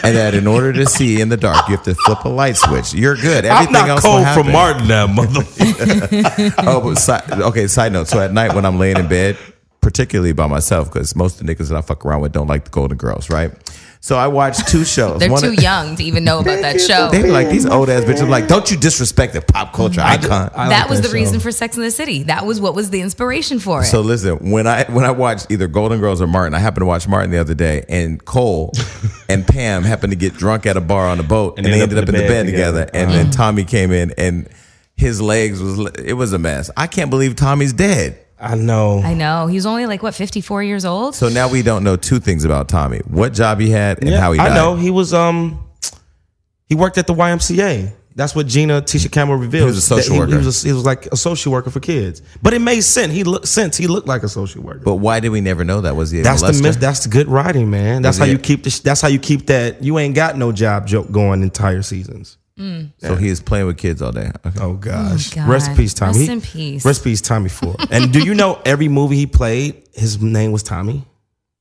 Speaker 1: And that in order to see in the dark, you have to flip a light switch. You're good. Everything
Speaker 3: I'm not
Speaker 1: else
Speaker 3: cold
Speaker 1: will happen.
Speaker 3: from Martin now, motherfucker.
Speaker 1: Oh, but si- okay. Side note. So at night when I'm laying in bed, particularly by myself, because most of the niggas that I fuck around with don't like the Golden Girls, right? So I watch two shows.
Speaker 2: They're
Speaker 1: One
Speaker 2: too
Speaker 1: of-
Speaker 2: young to even know about that show.
Speaker 1: They be like these old ass bitches. Like, don't you disrespect the pop culture icon?
Speaker 3: I like
Speaker 2: that was
Speaker 3: that
Speaker 2: the reason
Speaker 3: show.
Speaker 2: for Sex in the City. That was what was the inspiration for it.
Speaker 1: So listen, when I when I watch either Golden Girls or Martin, I happened to watch Martin the other day, and Cole and Pam happened to get drunk at a bar on a boat, and, they ended up in the bed together. Uh-huh. And then Tommy came in, and his legs was it was a mess. I can't believe Tommy's dead.
Speaker 3: I know.
Speaker 2: I know he's only like what 54 years old.
Speaker 1: So now we don't know two things about Tommy: what job he had and
Speaker 3: Yeah,
Speaker 1: how he died.
Speaker 3: I know he was um he worked at the YMCA. That's what Gina Tisha Campbell revealed.
Speaker 1: was a social
Speaker 3: that he,
Speaker 1: worker.
Speaker 3: He was, a- he was like a social worker for kids, but it made sense. He looked sense. He looked like a social worker.
Speaker 1: But why did we never know that? Was he a
Speaker 3: that's
Speaker 1: molester?
Speaker 3: the myth. That's the good writing, man. That's
Speaker 1: Is
Speaker 3: how
Speaker 1: it-
Speaker 3: you keep the. sh- That's how you keep that. You ain't got no job joke going entire seasons.
Speaker 1: so he is playing with kids all day. Okay.
Speaker 3: Oh gosh.
Speaker 2: God.
Speaker 3: Rest in peace, Tommy.
Speaker 2: Rest
Speaker 3: He-
Speaker 2: in peace.
Speaker 3: Rest in peace, Tommy Ford. and do you know every movie he played, his name was Tommy?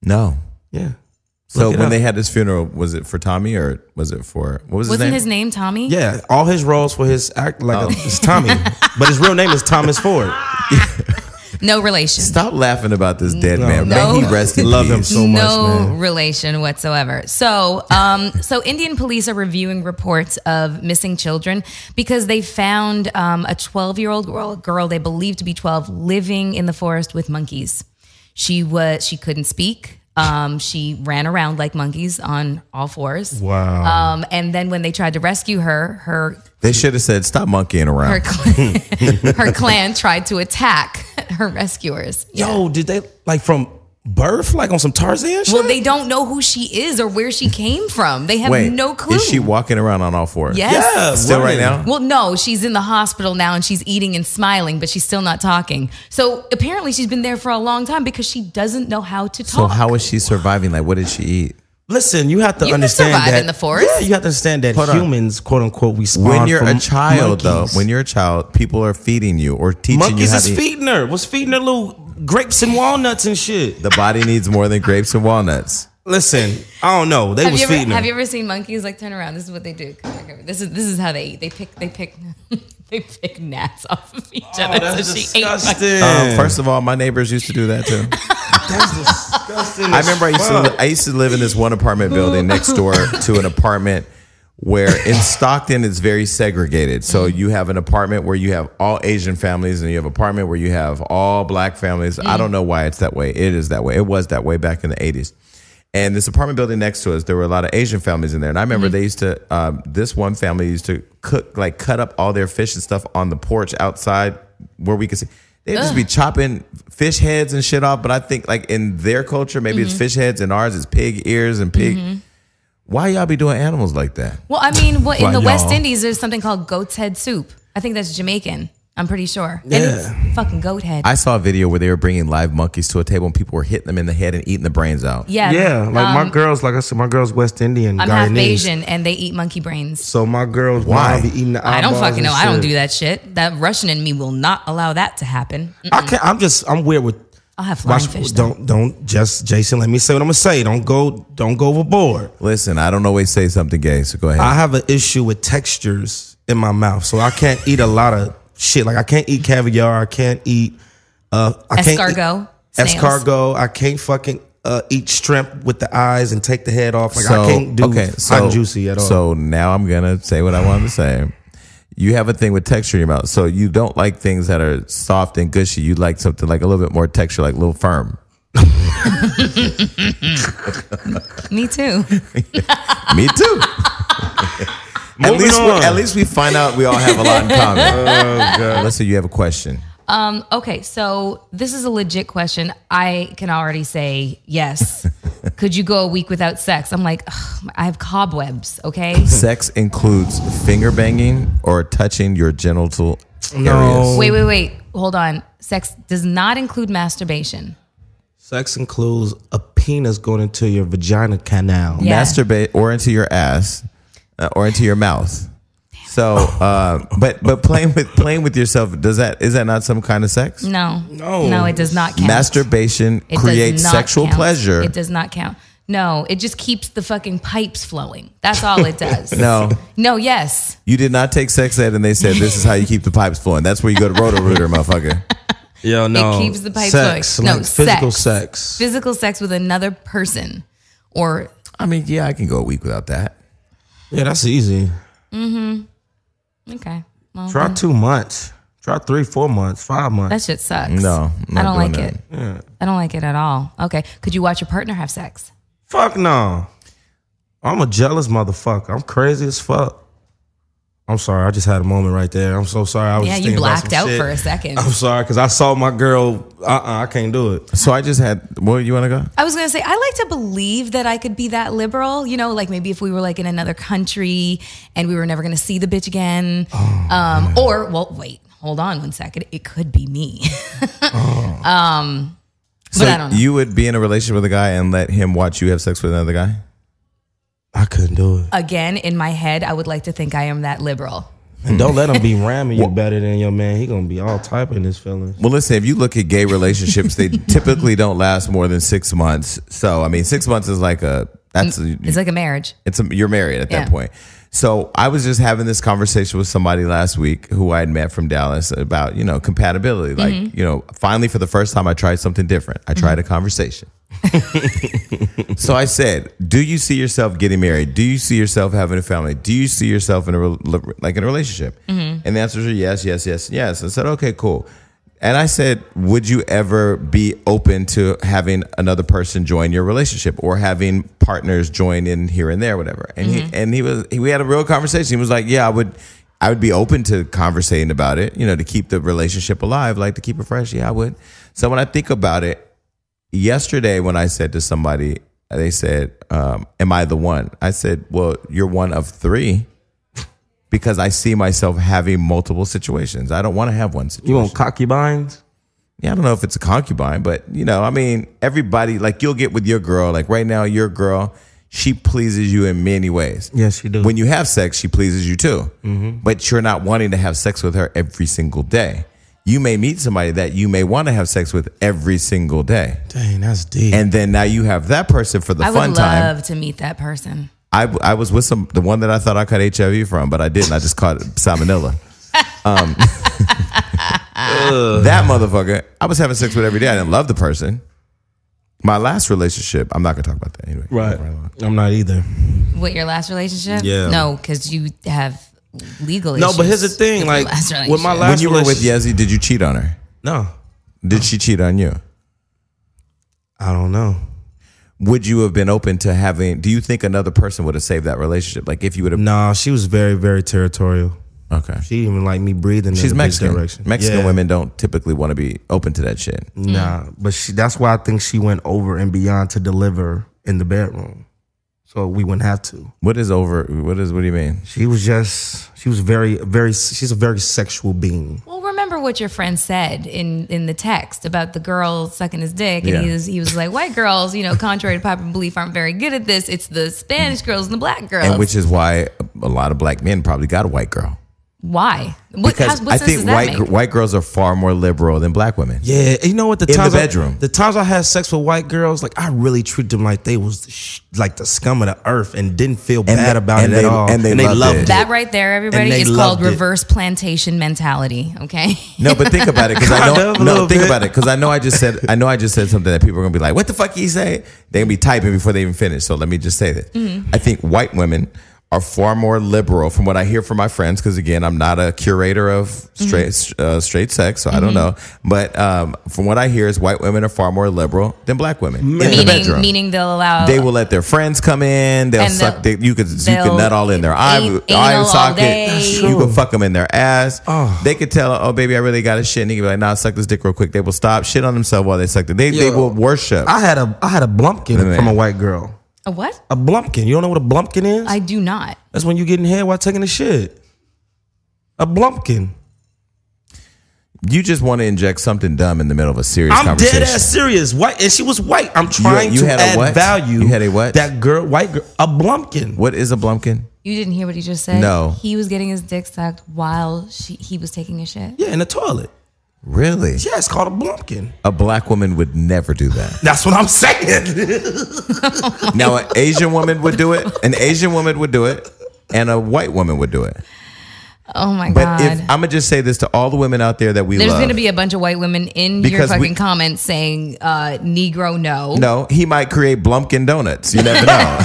Speaker 1: No.
Speaker 3: Yeah.
Speaker 1: So
Speaker 3: Look it
Speaker 1: when
Speaker 3: up.
Speaker 1: they had his funeral, was it for Tommy or was it for what was his
Speaker 2: Wasn't
Speaker 1: name?
Speaker 2: his name Tommy?
Speaker 3: Yeah, all his roles for his act like
Speaker 1: Oh.
Speaker 3: a, it's Tommy, but his real name is Thomas Ford.
Speaker 2: No relation.
Speaker 1: Stop laughing about this dead man.
Speaker 2: No.
Speaker 1: May he rest in
Speaker 3: Love
Speaker 1: peace.
Speaker 3: him so much,
Speaker 2: no
Speaker 3: man.
Speaker 2: relation whatsoever. So, um, so Indian police are reviewing reports of missing children because they found um, a 12 year old girl, girl they believed to be 12 living in the forest with monkeys. She was she couldn't speak. Um, she ran around like monkeys on all fours.
Speaker 3: Wow.
Speaker 2: Um, and then when they tried to rescue her, her
Speaker 1: They should have said, "Stop monkeying around."
Speaker 2: her clan, her clan tried to attack her rescuers.
Speaker 3: Yo, did they like from birth, like on some Tarzan shit?
Speaker 2: Well, they don't know who she is or where she came from. They have
Speaker 1: Wait,
Speaker 2: no clue.
Speaker 1: Is she walking around on all fours?
Speaker 2: Yes.
Speaker 3: yeah,
Speaker 1: Still right now?
Speaker 2: Well, no, she's in the hospital now and she's eating and smiling, but she's still not talking. So apparently she's been there for a long time because she doesn't know how to
Speaker 1: So
Speaker 2: talk.
Speaker 1: how is she surviving? Like, what did she eat?
Speaker 3: Listen, you have to
Speaker 2: You can
Speaker 3: understand
Speaker 2: survive
Speaker 3: that
Speaker 2: in the forest.
Speaker 3: Yeah, you have to understand that
Speaker 1: Hold on.
Speaker 3: humans, quote unquote, we spawn
Speaker 1: When you're
Speaker 3: from
Speaker 1: a child,
Speaker 3: monkeys.
Speaker 1: though, when you're a child, people are feeding you or teaching you
Speaker 3: monkeys
Speaker 1: how
Speaker 3: is
Speaker 1: to. eat.
Speaker 3: feeding her, was feeding her little grapes and walnuts and shit.
Speaker 1: The body needs more than grapes and walnuts.
Speaker 3: Listen, I don't know. They
Speaker 2: have
Speaker 3: was
Speaker 2: you, ever,
Speaker 3: feeding her.
Speaker 2: have you ever seen monkeys like turn around? This is what they do. Come here, come here. This is this is how they eat. They pick they pick they pick gnats off of each
Speaker 3: Oh,
Speaker 2: other.
Speaker 3: that's
Speaker 2: so she ate monkeys.
Speaker 3: disgusting.
Speaker 1: Um, first of all, my neighbors used to do that too.
Speaker 3: that's disgusting.
Speaker 1: I remember I used to li- I used to live in this one apartment building next door to an apartment where in Stockton it's very segregated. So you have an apartment where you have all Asian families and you have an apartment where you have all black families. I don't know why it's that way. It is that way. It was that way back in the 80s. And this apartment building next to us, there were a lot of Asian families in there. And I remember they used to, um, this one family used to cook, like cut up all their fish and stuff on the porch outside where we could see. They'd just be chopping fish heads and shit off. But I think, like, in their culture, maybe it's fish heads and ours is pig ears and pig. Why y'all be doing animals like that?
Speaker 2: Well, I mean, what in
Speaker 3: Why
Speaker 2: the West
Speaker 3: y'all?
Speaker 2: Indies there's something called goat's head soup. I think that's Jamaican. I'm pretty sure. And
Speaker 3: Yeah.
Speaker 2: it's fucking goat head.
Speaker 1: I saw a video where they were bringing live monkeys to a table and people were hitting them in the head and eating the brains out.
Speaker 2: yeah.
Speaker 3: Yeah, like my
Speaker 2: um,
Speaker 3: girls, like I said, my girls West Indian,
Speaker 2: I'm half
Speaker 3: Guyanese.
Speaker 2: Asian and they eat monkey brains.
Speaker 3: So my girls,
Speaker 1: Why?
Speaker 3: why be eating the
Speaker 2: I don't
Speaker 3: eyeballs
Speaker 2: fucking
Speaker 3: and
Speaker 2: know. I don't
Speaker 3: shit.
Speaker 2: do that shit. That Russian in me will not allow that to happen.
Speaker 3: I can't. I'm just. I'm weird with.
Speaker 2: I'll have flying
Speaker 3: Watch-
Speaker 2: fish, though.
Speaker 3: Don't don't just Jason. Let me say what I'm gonna say. Don't go. Don't go overboard.
Speaker 1: Listen, I don't always say something gay, so go ahead.
Speaker 3: I have an issue with textures in my mouth, so I can't eat a lot of shit. Like I can't eat caviar. I can't eat. Uh, I Can't
Speaker 2: Escargot,
Speaker 3: eat,
Speaker 2: snails.
Speaker 3: escargot. I can't fucking uh, eat shrimp with the eyes and take the head off. Like
Speaker 1: so,
Speaker 3: I can't do
Speaker 1: okay, so,
Speaker 3: hot juicy at all.
Speaker 1: So now I'm gonna say what I wanted to say. You have a thing with texture in your mouth, so you don't like things that are soft and gushy. You like something like a little bit more texture, like a little firm.
Speaker 2: Me too.
Speaker 1: Me too. at
Speaker 3: Moving
Speaker 1: least, we-
Speaker 3: on. Oh,
Speaker 1: at least we find out we all have a lot in common. Let's say you have a question.
Speaker 2: Um, okay, so this is a legit question. I can already say yes. could you go a week without sex? I'm like, "Ugh, I have cobwebs. Okay.
Speaker 1: Sex includes finger banging or touching your genital
Speaker 3: No.
Speaker 1: areas.
Speaker 2: Wait, wait, wait. Hold on. Sex does not include masturbation.
Speaker 3: Sex includes a penis going into your vagina canal.
Speaker 2: Yeah.
Speaker 1: Masturbate or into your ass uh, or into your mouth. So, uh, but but playing with playing with yourself does that is that not some kind of sex?
Speaker 2: No.
Speaker 3: No.
Speaker 2: No, it does not count.
Speaker 1: Masturbation
Speaker 2: It does
Speaker 1: creates
Speaker 2: not
Speaker 1: sexual
Speaker 2: count.
Speaker 1: pleasure.
Speaker 2: It does not count. No, it just keeps the fucking pipes flowing. That's all it does.
Speaker 1: No,
Speaker 2: No, yes.
Speaker 1: you did not take sex ed, and they said this is how you keep the pipes flowing. That's where you go to rotor rooter, motherfucker.
Speaker 3: Yo, no.
Speaker 2: keeps the pipe
Speaker 3: sex,
Speaker 2: going. No,
Speaker 3: like physical
Speaker 2: sex.
Speaker 3: sex.
Speaker 2: Physical sex with another person or
Speaker 1: I mean, yeah, I can go a week without that.
Speaker 3: Yeah, that's easy.
Speaker 2: okay. Well,
Speaker 3: Try two months. Try three, four months, five months.
Speaker 2: that shit sucks.
Speaker 1: No, I'm
Speaker 2: I
Speaker 1: not
Speaker 2: don't
Speaker 1: doing
Speaker 2: like
Speaker 1: that.
Speaker 2: it. I don't like it at all. Okay. Could you watch your partner have sex?
Speaker 3: Fuck no. I'm a jealous motherfucker. I'm crazy as fuck. I'm sorry. I just had a moment right there. I'm so sorry. I was
Speaker 2: yeah,
Speaker 3: just
Speaker 2: you
Speaker 3: thinking about
Speaker 2: blacked
Speaker 3: some
Speaker 2: out
Speaker 3: shit.
Speaker 2: for a second.
Speaker 3: I'm sorry because I saw my girl. Uh, uh I can't do it.
Speaker 1: So I just had. Well, you want to go?
Speaker 2: I was gonna say I like to believe that I could be that liberal, you know, like maybe if we were like in another country and we were never gonna see the bitch again,
Speaker 3: Oh,
Speaker 2: um, or well, wait, hold on one second, it could be me.
Speaker 1: So
Speaker 2: I don't know.
Speaker 1: you would be in a relationship with a guy and let him watch you have sex with another guy?
Speaker 3: I couldn't do it.
Speaker 2: again, in my head, I would like to think I am that liberal.
Speaker 3: And don't let him be ramming you better than your man. He gonna be all type in his feelings.
Speaker 1: Well, listen, if you look at gay relationships, they typically don't last more than six months. So, I mean, six months is like a that's a,
Speaker 2: It's like a marriage.
Speaker 1: it's a, you're married at
Speaker 2: Yeah.
Speaker 1: that point. So, I was just having this conversation with somebody last week who I had met from Dallas about you know compatibility. Like, you know, finally for the first time, I tried something different. I tried a conversation. so I said, "Do you see yourself getting married? Do you see yourself having a family? Do you see yourself in a rel- like in a relationship?" And the answers are yes, yes, yes, yes. I said, "Okay, cool." And I said, "Would you ever be open to having another person join your relationship or having partners join in here and there, whatever?" And he and he was he, we had a real conversation. He was like, "Yeah, I would." I would be open to conversating about it, you know, to keep the relationship alive, like to keep it fresh. Yeah, I would. So when I think about it, yesterday when I said to somebody, they said, um, "Am I the one?" I said, "Well, you're one of three, because I see myself having multiple situations. I don't want to have one situation.
Speaker 3: You want cocky binds?
Speaker 1: Yeah, I don't know if it's a concubine, but you know, I mean, everybody like you'll get with your girl. Like right now, your girl, she pleases you in many ways.
Speaker 3: Yes, she do.
Speaker 1: When you have sex, she pleases you too. But you're not wanting to have sex with her every single day. You may meet somebody that you may want to have sex with every single day.
Speaker 3: Dang, that's deep.
Speaker 1: And then now you have that person for the
Speaker 2: I
Speaker 1: fun
Speaker 2: would
Speaker 1: time.
Speaker 2: love to meet that person.
Speaker 1: I, I was with some the one that I thought I caught HIV from, but I didn't. I just caught salmonella. Um, that motherfucker. I was having sex with every day. I didn't love the person. My last relationship. I'm not gonna talk about that anyway.
Speaker 3: right. I'm not either.
Speaker 2: What your last relationship?
Speaker 3: Yeah.
Speaker 2: No, because you have legal
Speaker 3: No, but here's
Speaker 2: issues
Speaker 3: the thing.
Speaker 2: your
Speaker 3: Like
Speaker 2: last
Speaker 3: with my
Speaker 2: relationship.
Speaker 3: last
Speaker 1: When you were with
Speaker 3: relationship-
Speaker 1: Yezzy, did you cheat on her?
Speaker 3: no,
Speaker 1: Did she cheat on you?
Speaker 3: I don't know.
Speaker 1: Would you have been open to having? Do you think another person would have saved that relationship? Like if you would have.
Speaker 3: Nah, she was very, very territorial.
Speaker 1: Okay.
Speaker 3: She didn't even like me breathing.
Speaker 1: She's
Speaker 3: in the bitch
Speaker 1: Mexican.
Speaker 3: Direction.
Speaker 1: Mexican
Speaker 3: Yeah.
Speaker 1: women don't typically want to be open to that shit.
Speaker 3: Nah, but she, that's why I think she went over and beyond to deliver in the bedroom, so we wouldn't have to.
Speaker 1: What is over? What is? What do you mean?
Speaker 3: She was just, she was very, very. She's a very sexual being.
Speaker 2: Well, remember what your friend said in in the text about the girl sucking his dick, and he
Speaker 1: Yeah.
Speaker 2: was he was like, white girls, you know, contrary to popular belief, aren't very good at this. It's the Spanish girls and the black girls.
Speaker 1: and which is why a lot of black men probably got a white girl
Speaker 2: Why? What,
Speaker 1: because
Speaker 2: how, what
Speaker 1: I
Speaker 2: sense
Speaker 1: think
Speaker 2: does that
Speaker 1: white
Speaker 2: make?
Speaker 1: white girls are far more liberal than black women.
Speaker 3: Yeah, and you know what? The
Speaker 1: the
Speaker 3: times I-
Speaker 1: bedroom.
Speaker 3: the times I had sex with white girls, like I really treated them like they was the sh- like the scum of the earth, and didn't feel bad
Speaker 1: they-
Speaker 3: about
Speaker 1: and
Speaker 3: it
Speaker 1: they-
Speaker 3: at all.
Speaker 1: and they loved it.
Speaker 2: that right there, everybody,
Speaker 3: And they
Speaker 2: is called
Speaker 3: loved it.
Speaker 2: reverse plantation mentality. Okay.
Speaker 1: No, but think about it because I
Speaker 3: Kind
Speaker 1: know.
Speaker 3: of a
Speaker 1: No,
Speaker 3: little
Speaker 1: think
Speaker 3: bit.
Speaker 1: about it because I know I just said I know I just said something that people are gonna be like,
Speaker 2: Mm-hmm.
Speaker 1: "What the fuck he say?" They gonna be typing before they even finish. So let me just say this: I think white women are far more liberal from what I hear from my friends. Because again, I'm not a curator of
Speaker 2: Mm-hmm.
Speaker 1: straight uh, straight sex, so I don't know. But um, from what I hear, is white women are far more liberal than black women in the bedroom.
Speaker 2: meaning, meaning they'll allow
Speaker 1: they will let their friends come in. They'll
Speaker 2: Uh, And
Speaker 1: suck.
Speaker 2: they'll-
Speaker 1: They, you could you
Speaker 2: they'll
Speaker 1: could nut all in their eye,
Speaker 2: anal
Speaker 1: eye
Speaker 2: all day.
Speaker 1: socket.
Speaker 2: That's
Speaker 1: You could fuck them in their ass. They could tell, oh baby, I really got a shit. And you could be like, nah, suck this dick real quick. They will stop shit on themselves while they suck it. They they
Speaker 3: Yo.
Speaker 1: will worship.
Speaker 3: I had a I had a blumpkin
Speaker 1: man.
Speaker 3: from a white girl.
Speaker 2: a what?
Speaker 3: A blumpkin. You don't know what a blumpkin is?
Speaker 2: I do not.
Speaker 3: That's when you get in head while taking a shit. A blumpkin.
Speaker 1: you just want to inject something dumb in the middle of a serious
Speaker 3: I'm
Speaker 1: conversation.
Speaker 3: dead ass serious. White, and she was white. I'm trying
Speaker 1: you
Speaker 3: to
Speaker 1: had a
Speaker 3: add
Speaker 1: what?
Speaker 3: value.
Speaker 1: You had a what?
Speaker 3: That girl, white girl, a blumpkin.
Speaker 1: What is a blumpkin?
Speaker 2: You didn't hear what he just said.
Speaker 1: No.
Speaker 2: he was getting his dick sucked while she, he was taking a shit.
Speaker 3: Yeah, in the toilet.
Speaker 1: Really?
Speaker 3: Yeah, it's called a blumpkin.
Speaker 1: A black woman would never do that.
Speaker 3: That's what I'm saying.
Speaker 1: now, an Asian woman would do it. An Asian woman would do it. And a white woman would do it.
Speaker 2: Oh my
Speaker 1: But
Speaker 2: god.
Speaker 1: if I'm gonna just say this to all the women out there that we
Speaker 2: There's
Speaker 1: love,
Speaker 2: going to be a bunch of white women in your
Speaker 1: Because we-
Speaker 2: fucking comments saying uh, Negro no.
Speaker 1: No, he might create Blumpkin donuts. You never know.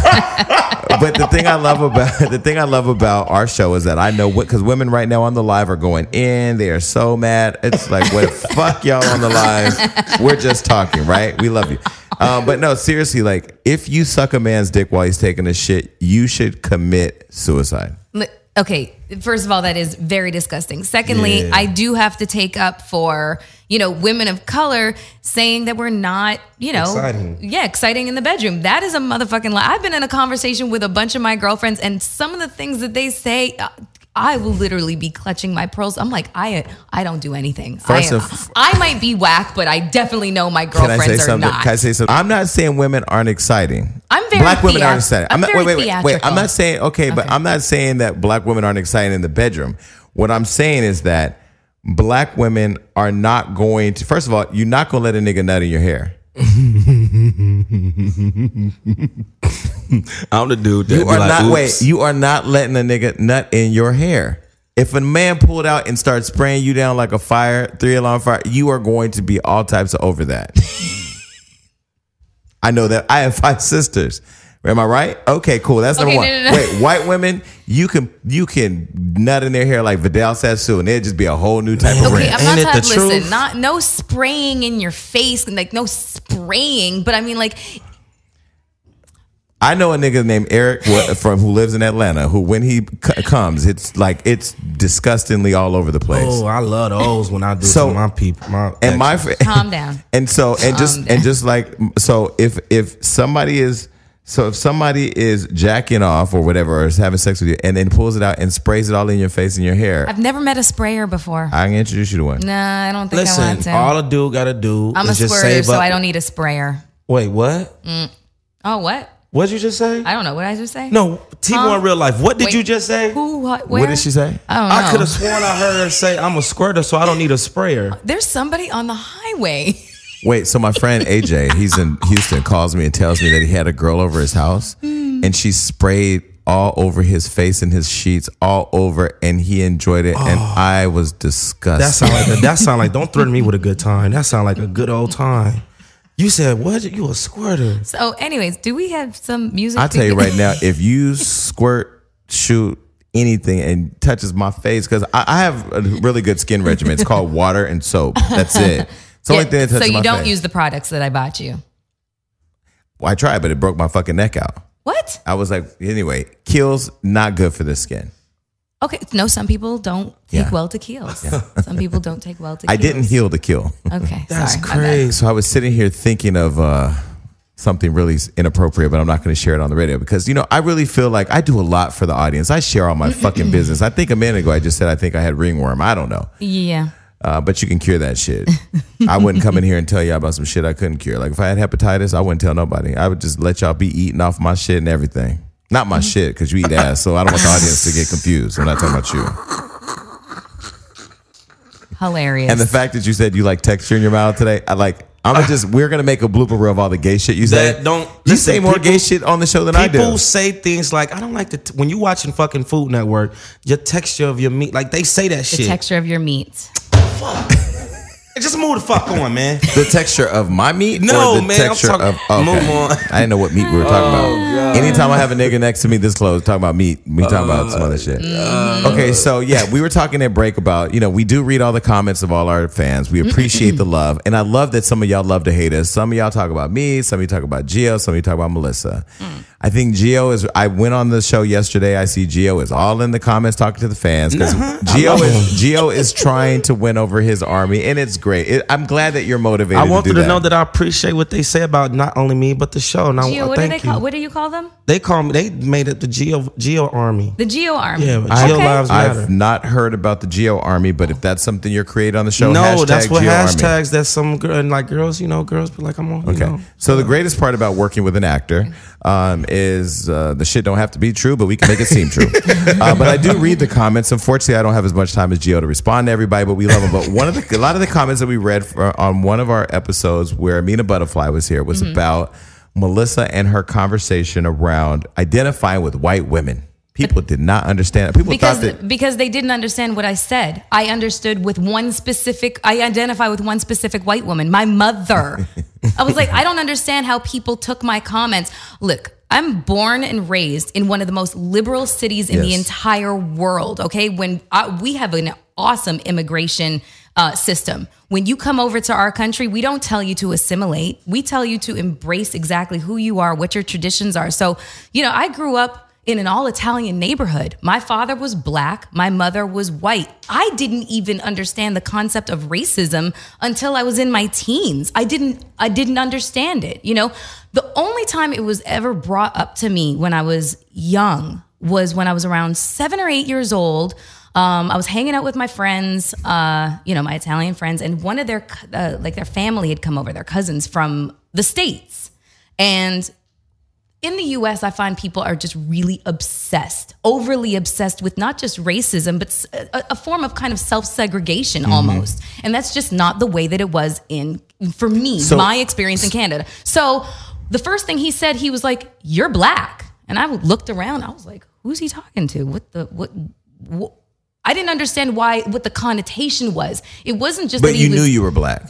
Speaker 1: but the thing I love about the thing I love about our show is that I know what because women right now on the live are going in. They are so mad. It's like what the fuck y'all on the live. We're just talking, right? We love you. Um, but no, seriously, like if you suck a man's dick while he's taking a shit, you should commit suicide.
Speaker 2: Li- Okay, first of all, that is very disgusting. Secondly,
Speaker 3: Yeah.
Speaker 2: I do have to take up for you know women of color saying that we're not you know
Speaker 3: Exciting.
Speaker 2: yeah exciting in the bedroom. That is a motherfucking lie. I've been in a conversation with a bunch of my girlfriends, and some of the things that they say. uh, I will literally be clutching my pearls. I'm like, I I don't do anything.
Speaker 1: First
Speaker 2: I,
Speaker 1: of-
Speaker 2: I might be whack, but I definitely know my
Speaker 1: Can I
Speaker 2: girlfriends
Speaker 1: say
Speaker 2: are
Speaker 1: something?
Speaker 2: not.
Speaker 1: Can I say something? I'm not saying women aren't exciting.
Speaker 2: I'm very
Speaker 1: black women
Speaker 2: theat-
Speaker 1: aren't exciting.
Speaker 2: I'm
Speaker 1: not,
Speaker 2: very
Speaker 1: wait, wait, wait, wait. I'm
Speaker 2: theatrical.
Speaker 1: not saying okay, but I'm not saying that black women aren't exciting in the bedroom. What I'm saying is that black women are not going to. First of all, you're not going to let a nigga nut in your hair.
Speaker 3: I'm the dude that
Speaker 1: You are not. Wait, you are not letting a nigga nut in your hair. If a man pulled out and started spraying you down like a fire, three alarm fire, you are going to be all types of over that. I know that. I have five sisters. Am I right? Okay, cool. That's number
Speaker 2: Okay,
Speaker 1: one.
Speaker 2: no, no, no.
Speaker 1: Wait, white women, you can you can nut in their hair like Vidal Sassoon, and it'd just be a whole new type of
Speaker 2: Okay, uh,
Speaker 1: rant.
Speaker 2: I'm not
Speaker 3: Ain't it
Speaker 2: talking.
Speaker 3: the
Speaker 2: Listen,
Speaker 3: truth?
Speaker 2: not no spraying in your face, and like no spraying. But I mean, like,
Speaker 1: I know a nigga named Eric wh- from who lives in Atlanta who, when he c- comes, it's like it's disgustingly all over the place.
Speaker 3: Oh, I love those when I do
Speaker 1: So-
Speaker 3: so, to my people. My,
Speaker 1: and my fr-
Speaker 2: calm down.
Speaker 1: And so and just and just like so if if somebody is so if somebody is jacking off or whatever or is having sex with you and then pulls it out and sprays it all in your face and your hair,
Speaker 2: I've never met a sprayer before.
Speaker 1: I can introduce you to one.
Speaker 2: nah, I don't think I want
Speaker 3: listen,
Speaker 2: to.
Speaker 3: all a dude gotta do
Speaker 2: I'm a
Speaker 3: is just
Speaker 2: squirter,
Speaker 3: save
Speaker 2: so
Speaker 3: up.
Speaker 2: I don't e- need a sprayer.
Speaker 3: Wait, what?
Speaker 2: Oh, what?
Speaker 3: What'd you just say?
Speaker 2: I don't know. What did I just say?
Speaker 3: no, T
Speaker 2: Huh?
Speaker 3: one real life. What did
Speaker 2: Wait,
Speaker 3: you just say?
Speaker 2: Who? What? Where?
Speaker 1: What did she say?
Speaker 2: I don't know.
Speaker 3: I could have sworn I heard her say I'm a squirter, so I don't need a sprayer.
Speaker 2: There's somebody on the highway.
Speaker 1: Wait, so my friend AJ, he's in Houston, calls me and tells me that he had a girl over his house and she sprayed all over his face and his sheets, all over, and he enjoyed it. And I was disgusted.
Speaker 3: That sound like that sound like don't threaten me with a good time. That sound like a good old time. You said what? You a squirter?
Speaker 2: So, anyways, do we have some music?
Speaker 1: I tell
Speaker 2: to-
Speaker 1: you right now, if you squirt, shoot anything and touches my face, because I, I have a really good skin regimen. It's called water and soap. That's it. It's the only thing that
Speaker 2: so
Speaker 1: touches
Speaker 2: you
Speaker 1: my
Speaker 2: don't
Speaker 1: face.
Speaker 2: use the products that I bought you.
Speaker 1: Well, I tried, but it broke my fucking neck out.
Speaker 2: What?
Speaker 1: I was like, anyway, kills not good for the skin.
Speaker 2: Okay. No, some people don't take
Speaker 1: Yeah.
Speaker 2: well to keels. Some people don't take well to.
Speaker 1: I
Speaker 2: keels.
Speaker 1: didn't heal the kill.
Speaker 2: Okay.
Speaker 3: That's
Speaker 2: sorry, my bad.
Speaker 3: crazy.
Speaker 1: So I was sitting here thinking of uh, something really inappropriate, but I'm not going to share it on the radio because you know I really feel like I do a lot for the audience. I share all my fucking business. I think a minute ago I just said I think I had ringworm. I don't know.
Speaker 2: Yeah.
Speaker 1: Uh, but you can cure that shit. I wouldn't come in here and tell y'all about some shit I couldn't cure. Like if I had hepatitis, I wouldn't tell nobody. I would just let y'all be eating off my shit and everything. Not
Speaker 3: Mm-hmm.
Speaker 1: my shit, because you eat ass. So I don't want the audience to get confused. I'm not talking about you.
Speaker 2: Hilarious.
Speaker 1: And the fact that you said you like texture in your mouth today, I like. I'm gonna just. We're gonna make a blooper reel of all the gay shit you say.
Speaker 3: Ah. That don't-
Speaker 1: You
Speaker 3: listen,
Speaker 1: say more
Speaker 3: people-
Speaker 1: gay shit on the show than I do.
Speaker 3: People say things like, "I don't like the t-. when you watching fucking Food Network, your texture of your meat." Like they say that
Speaker 2: the
Speaker 3: shit.
Speaker 2: texture of your meat.
Speaker 3: Just move the fuck on, man.
Speaker 1: The texture of my meat
Speaker 3: No,
Speaker 1: or the
Speaker 3: man, I'm
Speaker 1: texture
Speaker 3: talking-
Speaker 1: of okay.
Speaker 3: move on.
Speaker 1: I didn't know what meat we were talking about. Anytime I have a nigga next to me this close talking about meat, we talking about some other shit. okay, so yeah, we were talking at break about, you know, we do read all the comments of all our fans. We appreciate the love. And I love that some of y'all love to hate us. Some of y'all talk about me, some of you talk about Gio, some of you talk about Melissa. I think Gio is I went on the show yesterday. I see Gio is all in the comments talking to the fans because Gio is Gio is trying to win over his army and it's great. It, I'm glad that you're motivated.
Speaker 3: I want
Speaker 1: do
Speaker 3: them to know that I appreciate what they say about not only me but the show.
Speaker 1: Oh,
Speaker 3: And I,
Speaker 2: Geo,
Speaker 3: I
Speaker 2: what do
Speaker 3: thank
Speaker 2: they
Speaker 3: you.
Speaker 2: call? What do you call them?
Speaker 3: They call me. They made it the Geo Geo Army.
Speaker 2: The Geo Army.
Speaker 3: Yeah, but Geo Lives Matter.
Speaker 1: I've not heard about the Geo Army, but if that's something you're creating on the show,
Speaker 3: no,
Speaker 1: hashtag
Speaker 3: that's what
Speaker 1: Geo
Speaker 3: hashtags.
Speaker 1: Army.
Speaker 3: That's some girl and like girls. You know, girls be like, I'm on. You
Speaker 1: Okay.
Speaker 3: know.
Speaker 1: So the greatest part about working with an actor um, is uh, the shit don't have to be true, but we can make it seem true. uh, but I do read the comments. Unfortunately, I don't have as much time as Geo to respond to everybody, but we love them. But one of the a lot of the comments that we read for, on one of our episodes where Amina Butterfly was here was
Speaker 2: Mm-hmm.
Speaker 1: about Melissa and her conversation around identifying with white women. People did not understand. People
Speaker 2: because
Speaker 1: thought that
Speaker 2: because they didn't understand what I said. I understood with one specific. I identify with one specific white woman, my mother. I was like, I don't understand how people took my comments. Look. I'm born and raised in one of the most liberal cities in the
Speaker 1: Yes.
Speaker 2: entire world. Okay, when I, we have an awesome immigration uh, system, when you come over to our country, we don't tell you to assimilate. We tell you to embrace exactly who you are, what your traditions are. So, you know, I grew up in an all Italian neighborhood. My father was black, my mother was white. I didn't even understand the concept of racism until I was in my teens. I didn't I didn't understand it, you know. The only time it was ever brought up to me when I was young was when I was around 7 or 8 years old. Um, I was hanging out with my friends, uh, you know, my Italian friends, and one of their c- uh, like their family had come over, their cousins from the states. And in the US, I find people are just really obsessed, overly obsessed with not just racism, but s- a, a form of kind of self segregation
Speaker 1: Mm-hmm.
Speaker 2: almost. And that's just not the way that it was in, for me, my experience in Canada. So the first thing he said, he was like, You're black. And I looked around, I was like, Who's he talking to? What the, what, what? I didn't understand why, what the connotation was. It wasn't just
Speaker 1: but
Speaker 2: that he
Speaker 1: you
Speaker 2: was,
Speaker 1: knew you were black.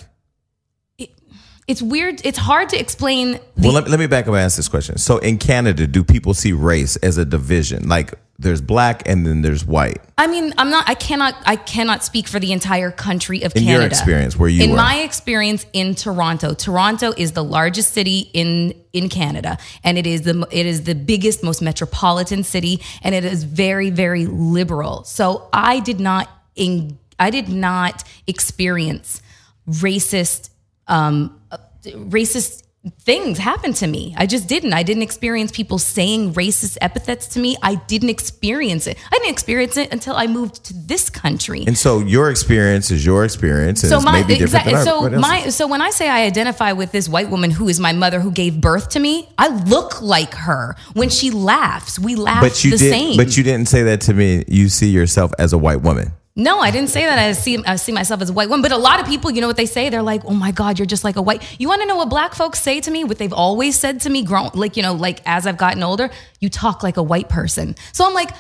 Speaker 2: it's weird, it's hard to explain the
Speaker 1: Well, let, let me back up and ask this question. So, in Canada, do people see race as a division? Like, there's black and then there's white.
Speaker 2: I mean, I'm not. I cannot. I cannot speak for the entire country of
Speaker 1: In your
Speaker 2: Canada.
Speaker 1: experience, where you
Speaker 2: in
Speaker 1: were.
Speaker 2: my experience in Toronto, Toronto is the largest city in in Canada, and it is the it is the biggest, most metropolitan city, and it is very very liberal. So I did not in I did not experience racist um, uh, racist things happen to me. I just didn't. I didn't experience people saying racist epithets to me. I didn't experience it. I didn't experience it until I moved to this country.
Speaker 1: And so, your experience is your experience, and
Speaker 2: so
Speaker 1: it's
Speaker 2: my
Speaker 1: maybe different
Speaker 2: exactly.
Speaker 1: than
Speaker 2: So
Speaker 1: everybody else's.
Speaker 2: my so when I say I identify with this white woman who is my mother who gave birth to me, I look like her. When she laughs, we laugh
Speaker 1: But you
Speaker 2: the
Speaker 1: did.
Speaker 2: same.
Speaker 1: But you didn't say that to me. You see yourself as a white woman.
Speaker 2: No, I didn't say that. I see I see myself as a white woman, but a lot of people, you know what they say? They're like, "Oh my god, you're just like a white." You want to know what black folks say to me? What they've always said to me grown like, you know, like as I've gotten older, you talk like a white person. So I'm like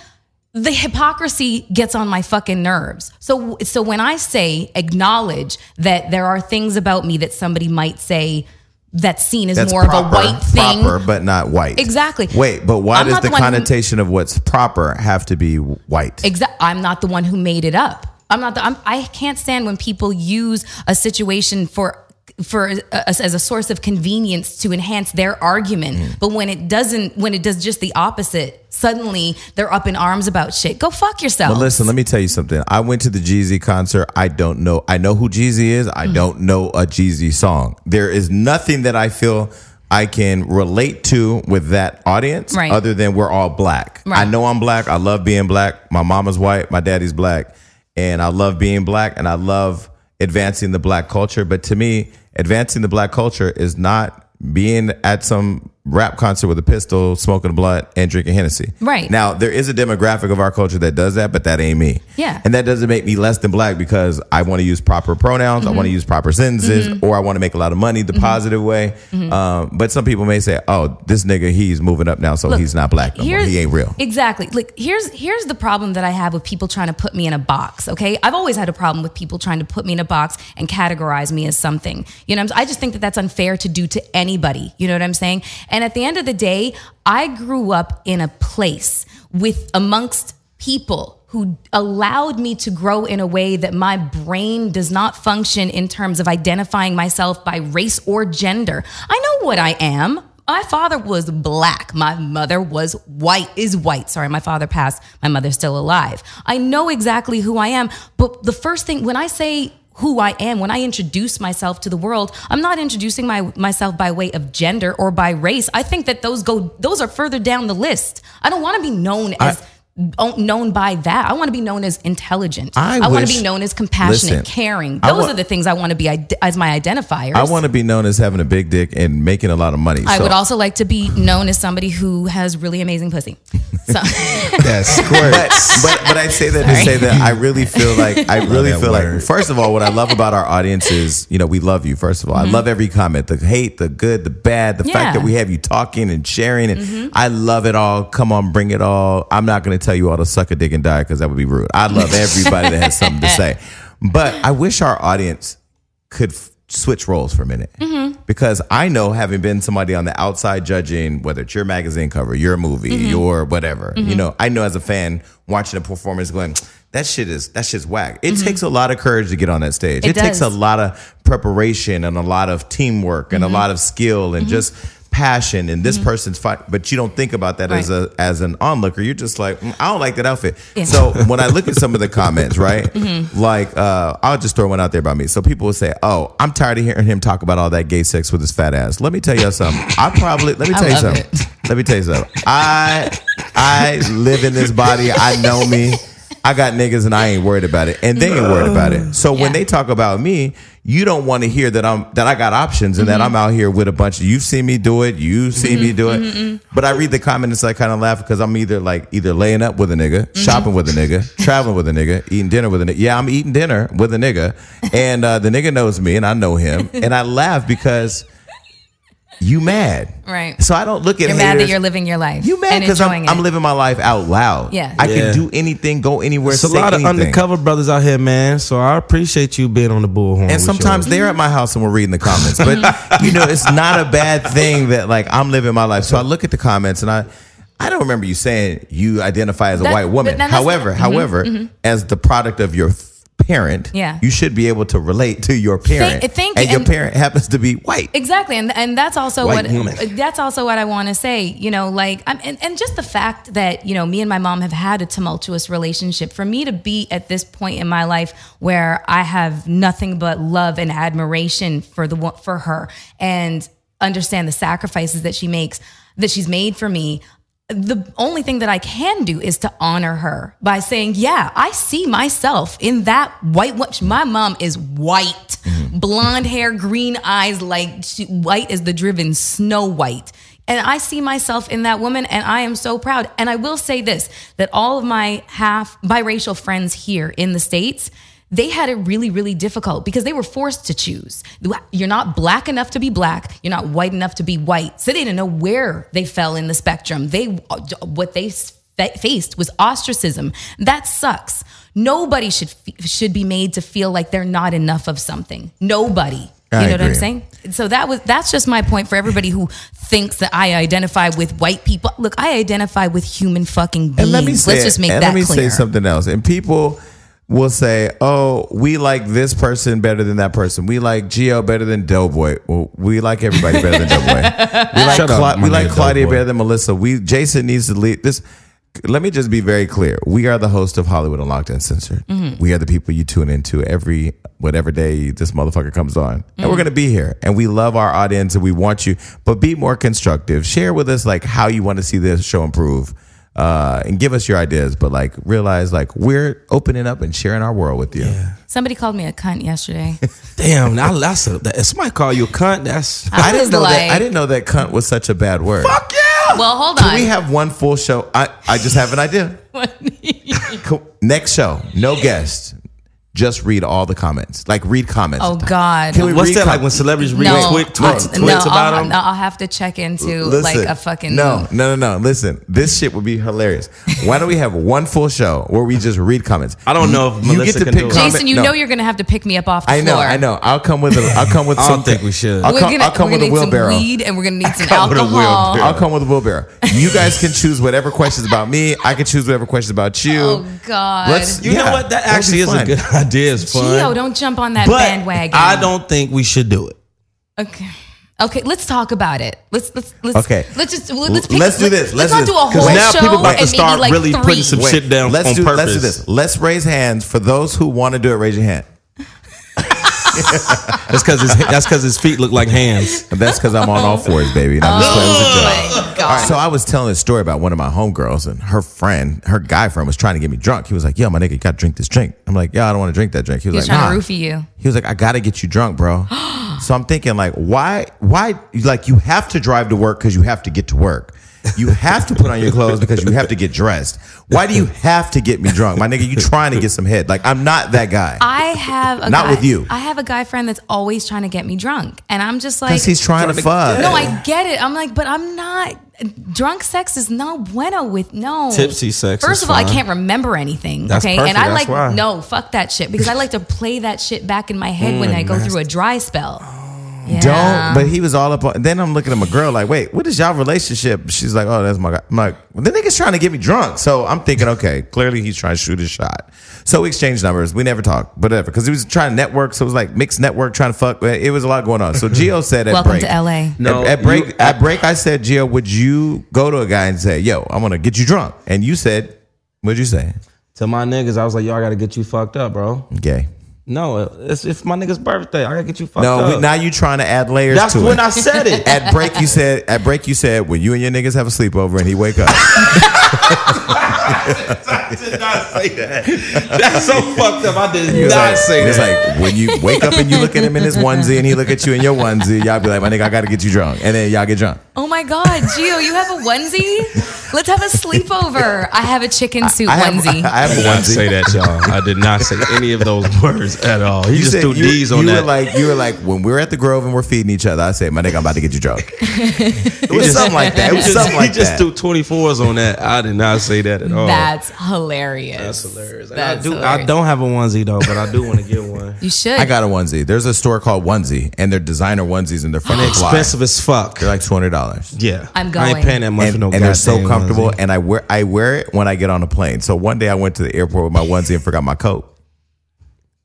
Speaker 2: the hypocrisy gets on my fucking nerves. So so when I say acknowledge that there are things about me that somebody might say that's seen as
Speaker 1: That's
Speaker 2: more
Speaker 1: proper,
Speaker 2: of a white thing.
Speaker 1: proper, but not white.
Speaker 2: Exactly.
Speaker 1: Wait, but why
Speaker 2: I'm
Speaker 1: does
Speaker 2: not
Speaker 1: the,
Speaker 2: the one who-
Speaker 1: connotation of what's proper have to be white?
Speaker 2: Exactly. I'm not the one who made it up. I'm not. The, I'm, I can't stand when people use a situation for for a, as a source of convenience to enhance their argument. But when it doesn't, when it does just the opposite, suddenly they're up in arms about shit. Go fuck yourself.
Speaker 1: But listen, let me tell you something. I went to the Jeezy concert. I don't know. I know who Jeezy is. I
Speaker 2: Mm-hmm.
Speaker 1: don't know a Jeezy song. There is nothing that I feel I can relate to with that audience
Speaker 2: Right.
Speaker 1: other than we're all black.
Speaker 2: Right.
Speaker 1: I know I'm black. I love being black. My mama's white. My daddy's black. And I love being black and I love advancing the black culture. But to me, advancing the black culture is not being at some rap concert with a pistol, smoking a blunt, and drinking Hennessy.
Speaker 2: Right.
Speaker 1: Now, there is a demographic of our culture that does that, but that ain't me.
Speaker 2: Yeah.
Speaker 1: And that doesn't make me less than black because I want to use proper pronouns, I want to
Speaker 2: Mm-hmm.
Speaker 1: use proper sentences, or I want to make a lot of money the positive way.
Speaker 2: Mm-hmm.
Speaker 1: Um, but some people may say, oh, this nigga, he's moving up now, so he's not black no more.
Speaker 2: Here's-
Speaker 1: He ain't real.
Speaker 2: Exactly. Like here's here's the problem that I have with people trying to put me in a box. Okay, I've always had a problem with people trying to put me in a box and categorize me as something. You know, what I'm, I just think that that's unfair to do to anybody. You know what I'm saying? And at the end of the day, I grew up in a place with amongst people who allowed me to grow in a way that my brain does not function in terms of identifying myself by race or gender. I know what I am. My father was black. My mother was white, is white. Sorry, my father passed. My mother's still alive. I know exactly who I am. But the first thing, when I say who I am, when I introduce myself to the world, I'm not introducing my, myself by way of gender or by race. I think that those go, those are further down the list. I don't want to be known as o- known by that. I want to be known as intelligent.
Speaker 1: I
Speaker 2: want to
Speaker 1: wish-
Speaker 2: be known as compassionate,
Speaker 1: Listen,
Speaker 2: caring.
Speaker 1: I
Speaker 2: Those
Speaker 1: wa-
Speaker 2: are the things I want to be ide- as my identifiers.
Speaker 1: I want to be known as having a big dick and making a lot of money.
Speaker 2: I
Speaker 1: so-
Speaker 2: would also like to be known as somebody who has really amazing pussy. So
Speaker 3: That squirt.
Speaker 1: but, but but I say that to say that I really feel like I really
Speaker 3: that
Speaker 1: feel like
Speaker 3: word.
Speaker 1: first of all, what I love about our audience is you know we love you. First of all,
Speaker 3: Mm-hmm.
Speaker 1: I love every comment, the hate, the good, the bad, the fact
Speaker 2: Yeah.
Speaker 1: that we have you talking and sharing, and
Speaker 3: Mm-hmm.
Speaker 1: I love it all. Come on, bring it all. I'm not going to tell you all to suck a dick and die because that would be rude. I love everybody that has something to say, but I wish our audience could f- switch roles for a minute
Speaker 2: Mm-hmm.
Speaker 1: because I know having been somebody on the outside judging whether it's your magazine cover, your movie,
Speaker 2: Mm-hmm.
Speaker 1: your whatever, you know, I know as a fan watching a performance going, that shit is that shit's whack. It takes a lot of courage to get on that stage. It,
Speaker 2: Mm-hmm. It
Speaker 1: takes a
Speaker 2: does.
Speaker 1: lot of preparation and a lot of teamwork
Speaker 2: Mm-hmm.
Speaker 1: and a lot of skill and just passion and this person's fight but you don't think about that as
Speaker 2: Right.
Speaker 1: a as an onlooker you're just like "Mm, i don't like that outfit
Speaker 2: Yeah. Mm-hmm.
Speaker 1: so when I look at some of the comments, right? Like, uh, I'll just throw one out there about me. So people will say, "Oh, I'm tired of hearing him talk about all that gay sex with his fat ass." Let me tell you something. I probably let me
Speaker 2: I
Speaker 1: tell you
Speaker 2: love
Speaker 1: something.
Speaker 2: it.
Speaker 1: Let me tell you something. I I live in this body. I know me. I got niggas and I ain't worried about it, and they ain't worried about it. So when
Speaker 2: Yeah.
Speaker 1: they talk about me, you don't want to hear that I'm that I got options and that I'm
Speaker 2: Mm-hmm.
Speaker 1: out here with a bunch of you've seen me do it, you see me do it.
Speaker 2: Mm-hmm,
Speaker 1: But I read the comments, I kind of laugh because I'm either like either laying up with a nigga,
Speaker 2: Mm-hmm.
Speaker 1: shopping with a nigga, traveling with a nigga, eating dinner with a nigga. Yeah, I'm eating dinner with a nigga, and uh, the nigga knows me and I know him, and I laugh because you mad,
Speaker 2: Right.
Speaker 1: So I don't look at
Speaker 2: you're mad that
Speaker 1: haters-
Speaker 2: you're living your life.
Speaker 1: you mad
Speaker 2: and
Speaker 1: because
Speaker 2: enjoying
Speaker 1: I'm, I'm
Speaker 2: it.
Speaker 1: living my life out loud.
Speaker 2: Yeah.
Speaker 1: I
Speaker 3: Yeah.
Speaker 1: can do anything, go anywhere.
Speaker 3: It's a
Speaker 1: say
Speaker 3: lot of
Speaker 1: anything.
Speaker 3: undercover brothers out here, man. So I appreciate you being on the bullhorn.
Speaker 1: And sometimes they're at my house and we're reading the comments. But you know, it's not a bad thing that like I'm living my life. So I look at the comments and I I don't remember you saying you identify as a
Speaker 2: That-
Speaker 1: white woman.
Speaker 2: but now that's-
Speaker 1: however,
Speaker 2: mhm,
Speaker 1: however, as the product of your f- parent,
Speaker 2: Yeah.
Speaker 1: you should be able to relate to your parent.
Speaker 2: thank you,
Speaker 1: and your
Speaker 2: and-
Speaker 1: parent happens to be white.
Speaker 2: Exactly, and and that's also
Speaker 3: White
Speaker 2: what uh,
Speaker 3: woman.
Speaker 2: that's also what I want to say. You know, like I'm, and and just the fact that you know me and my mom have had a tumultuous relationship. For me to be at this point in my life where I have nothing but love and admiration for the wo- for her, and understand the sacrifices that she makes that she's made for me. The only thing that I can do is to honor her by saying, "Yeah, I see myself in that white wo- My mom is white, blonde hair, green eyes, like she, white as the driven snow white. And I see myself in that woman, and I am so proud. And I will say this that all of my half biracial friends here in the States, they had it really, really difficult because they were forced to choose. You're not black enough to be black. You're not white enough to be white. So they didn't know where they fell in the spectrum. They, what they fa- faced was ostracism. That sucks. Nobody should fe- should be made to feel like they're not enough of something. Nobody. You
Speaker 1: I
Speaker 2: know what I'm
Speaker 1: agree.
Speaker 2: saying? So that was that's just my point for everybody who thinks that I identify with white people. Look, I identify with human fucking beings.
Speaker 1: And let me say,
Speaker 2: Let's just make
Speaker 1: and
Speaker 2: that
Speaker 1: let me
Speaker 2: clear.
Speaker 1: say something else. And people will say, "Oh, we like this person better than that person. We like Gio better than Doughboy. Well, we like everybody better than Doughboy. We like
Speaker 3: Shut up,
Speaker 1: Cla-
Speaker 3: my
Speaker 1: we like
Speaker 3: nigga
Speaker 1: Claudia
Speaker 3: Doughboy.
Speaker 1: better than Melissa. We Jason needs to leave this." Let me just be very clear. We are the host of Hollywood Unlocked and Censored. We are the people you tune into every whatever day this motherfucker comes on. And we're going to be here. And we love our audience and we want you, but be more constructive. Share with us like how you want to see this show improve uh, and give us your ideas. But like, realize like we're opening up and sharing our world with you.
Speaker 2: Somebody called me a cunt yesterday.
Speaker 3: Damn, I, that's a, that, if somebody call you a cunt, that's
Speaker 1: I
Speaker 2: I, was
Speaker 1: didn't know
Speaker 2: like,
Speaker 1: that. I didn't know that cunt was such a bad word.
Speaker 3: fuck yeah.
Speaker 2: well, hold
Speaker 1: Can
Speaker 2: on.
Speaker 1: we have one full show? I, I just have an idea. Co- Next show, no guest. Just read all the comments. Like read comments.
Speaker 2: oh God.
Speaker 1: Can we
Speaker 3: What's
Speaker 1: read
Speaker 3: that
Speaker 1: com-
Speaker 3: like when celebrities read
Speaker 2: no,
Speaker 3: tweet, tweet, tweets
Speaker 2: I- no,
Speaker 3: about
Speaker 2: I'll,
Speaker 3: them?
Speaker 2: no, I'll have to check into like a fucking
Speaker 1: no, no, no, no. Listen, this shit would be hilarious. Why don't we have one full show where we just read comments?
Speaker 3: I don't know if Melissa can do it.
Speaker 1: comment-
Speaker 2: Jason, you
Speaker 1: no.
Speaker 2: know you're gonna have to pick me up off the
Speaker 1: I know,
Speaker 2: floor.
Speaker 1: I know. I'll come with a. I'll come with.
Speaker 3: I don't
Speaker 1: something.
Speaker 3: think we should.
Speaker 1: I'll
Speaker 2: We're
Speaker 1: come,
Speaker 2: gonna,
Speaker 1: I'll come
Speaker 2: we're
Speaker 1: with a
Speaker 2: gonna need
Speaker 1: wheelbarrow.
Speaker 2: some weed and we're gonna need some
Speaker 3: come with a
Speaker 2: alcohol.
Speaker 3: wheelbarrow.
Speaker 1: I'll come with a wheelbarrow. You guys can choose whatever questions about me. I can choose whatever questions about you.
Speaker 2: Oh God.
Speaker 1: Let's-
Speaker 3: You
Speaker 1: Yeah,
Speaker 3: know what? That
Speaker 1: that'd
Speaker 3: actually
Speaker 1: be
Speaker 3: is a
Speaker 1: fun.
Speaker 3: good idea. It's fun.
Speaker 2: Geo, don't jump on that
Speaker 3: but
Speaker 2: bandwagon.
Speaker 3: I don't think we should do it.
Speaker 2: Okay. Okay, let's talk about it. Let's let's let's
Speaker 1: Okay.
Speaker 2: Let's just let's pick,
Speaker 1: Let's do this. Let's
Speaker 2: Let's, not
Speaker 1: do
Speaker 2: do a
Speaker 1: this. 'Cause
Speaker 2: whole
Speaker 3: now
Speaker 2: show
Speaker 3: people about to
Speaker 2: and maybe
Speaker 3: start
Speaker 2: like
Speaker 3: really
Speaker 2: three.
Speaker 3: putting some shit- down
Speaker 1: let's
Speaker 3: on
Speaker 1: do, Let's do
Speaker 3: purpose.
Speaker 1: this. Let's raise hands for those who want to do it. Raise your hand.
Speaker 3: That's because that's because his feet look like hands.
Speaker 1: And That's because I'm on all fours, baby. And I'm just playing. It was a joke.
Speaker 2: Oh my God.
Speaker 1: So I was telling this story about one of my homegirls and her friend, her guy friend was trying to get me drunk. He was like, "Yo, my nigga, you gotta drink this drink." I'm like, "Yo, I don't want to drink that drink." He was
Speaker 2: He was
Speaker 1: like,
Speaker 2: trying to
Speaker 1: "Nah."
Speaker 2: roofie you.
Speaker 1: He was like, "I gotta get you drunk, bro." so I'm thinking, like, why, why, like, you have to drive to work because you have to get to work. You have to put on your clothes because you have to get dressed. Why do you have to get me drunk, my nigga? You trying to get some head? Like, I'm not that guy.
Speaker 2: I have a
Speaker 1: Not
Speaker 2: guy,
Speaker 1: with you.
Speaker 2: I have a guy friend that's always trying to get me drunk, and I'm just like,
Speaker 1: Because he's trying, to fuck.
Speaker 2: no, I get it. I'm like, but I'm not. Drunk sex is no bueno with no
Speaker 3: Tipsy sex
Speaker 2: First
Speaker 3: is
Speaker 2: of all, I
Speaker 3: fine.
Speaker 2: can't remember anything.
Speaker 3: That's
Speaker 2: okay,
Speaker 3: perfect,
Speaker 2: and I like
Speaker 3: that's why.
Speaker 2: no fuck that shit because I like to play that shit back in my head when I go through a dry spell. Yeah.
Speaker 1: Mm, Oh. Don't. But he was all up on. Then I'm looking at my girl like, wait, what is y'all relationship? She's like, oh, that's my guy. I'm like, well, the nigga's trying to get me drunk. So I'm thinking, okay, clearly he's trying to shoot his shot. So we exchanged numbers. We never talked, whatever, because he was trying to network. So it was like mixed network, trying to fuck. It was a lot going on. So Geo said, at
Speaker 2: Welcome
Speaker 1: break,
Speaker 2: to LA.
Speaker 3: No,
Speaker 1: at, at break,
Speaker 3: you-
Speaker 1: at break, I said, Geo, would you go to a guy and say, yo, I'm gonna get you drunk? And you said, what'd you say?
Speaker 3: To my niggas, I was like, "Yo, I gotta get you fucked up, bro."
Speaker 1: Gay.
Speaker 3: No, it's, it's my nigga's birthday. I gotta get you fucked
Speaker 1: No,
Speaker 3: up.
Speaker 1: we, now you trying to add layers.
Speaker 3: that's
Speaker 1: to
Speaker 3: when
Speaker 1: it.
Speaker 3: I said it.
Speaker 1: At break, you said. At break, you said when you and your niggas have a sleepover and he wake up.
Speaker 3: I did not say that. That's so fucked up. I did
Speaker 1: He was
Speaker 3: not
Speaker 1: like-
Speaker 3: say
Speaker 1: It's
Speaker 3: that.
Speaker 1: like when you wake up and you look at him in his onesie and he look at you in your onesie, y'all be like, my nigga, I gotta get you drunk. And then y'all get drunk.
Speaker 2: Oh my God, Gio, you have a onesie? Let's have a sleepover. I have a chicken soup
Speaker 1: I have,
Speaker 2: onesie.
Speaker 1: I have
Speaker 3: I
Speaker 1: a
Speaker 3: did not say
Speaker 1: onesie.
Speaker 3: that, y'all. I did not say any of those words at all. He just threw
Speaker 1: you,
Speaker 3: D's on
Speaker 1: you
Speaker 3: that.
Speaker 1: were like you were like when we're at the Grove and we're feeding each other. I say, my nigga, I'm about to get you drunk. it was
Speaker 3: just-
Speaker 1: something like that. It
Speaker 3: he
Speaker 1: was
Speaker 3: just,
Speaker 1: something
Speaker 3: he
Speaker 1: like
Speaker 3: just
Speaker 1: that.
Speaker 3: threw twenty fours on that. I did not say that at
Speaker 1: Oh.
Speaker 3: all.
Speaker 2: That's hilarious.
Speaker 3: That's hilarious. And I
Speaker 2: That's
Speaker 3: do. I
Speaker 2: hilarious.
Speaker 3: don't have a onesie though, but I do want to get one.
Speaker 2: You should.
Speaker 1: I got a onesie. There's a store called Onesie, and they're designer onesies, and they're fucking fly.
Speaker 3: Expensive as fuck.
Speaker 1: They're like two hundred dollars.
Speaker 3: Yeah,
Speaker 2: I'm
Speaker 3: I
Speaker 2: going.
Speaker 3: ain't paying that much
Speaker 1: and,
Speaker 3: for no.
Speaker 1: and they're so
Speaker 3: goddamn
Speaker 1: comfortable.
Speaker 3: onesie.
Speaker 1: And I wear I wear it when I get on a plane. So one day I went to the airport with my onesie and forgot my coat.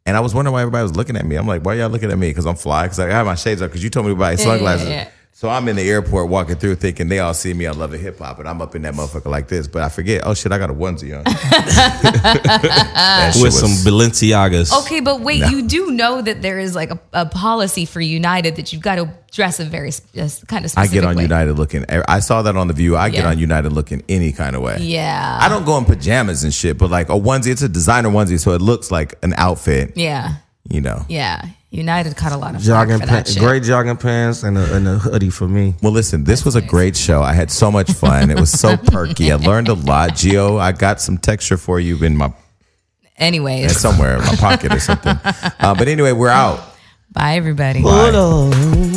Speaker 1: And I was wondering why everybody was looking at me. I'm like, why y'all looking at me? Because I'm fly. Because I have my shades up. Because you told me to buy sunglasses.
Speaker 2: yeah, yeah.
Speaker 1: So I'm in the airport walking through, thinking they all see me on Love and Hip Hop, and I'm up in that motherfucker like this. But I forget. Oh shit, I got a onesie on. That shit
Speaker 3: with
Speaker 1: was-
Speaker 3: some Balenciagas.
Speaker 2: okay, but wait, you do know that there is like a, a policy for United that you've got to dress a very sp- a s- kind of
Speaker 1: I
Speaker 2: specific
Speaker 1: get on
Speaker 2: way.
Speaker 1: United looking. I saw that on the View. I get
Speaker 2: Yeah.
Speaker 1: on United looking any kind of way.
Speaker 2: Yeah.
Speaker 1: I don't go in pajamas and shit, but like a onesie, it's a designer onesie, so it looks like an outfit.
Speaker 2: yeah.
Speaker 1: You know.
Speaker 2: Yeah. United got a lot of flack
Speaker 3: Jogging
Speaker 2: for that
Speaker 3: pants,
Speaker 2: shit.
Speaker 3: gray jogging pants, and a, and a hoodie for me.
Speaker 1: Well, listen, this was a great show. I had so much fun. It was so perky. I learned a lot. Geo, I got some texture for you in my
Speaker 2: Anyways,
Speaker 1: somewhere in my pocket or something. Uh, but anyway, we're out.
Speaker 2: bye everybody.
Speaker 4: Hold on.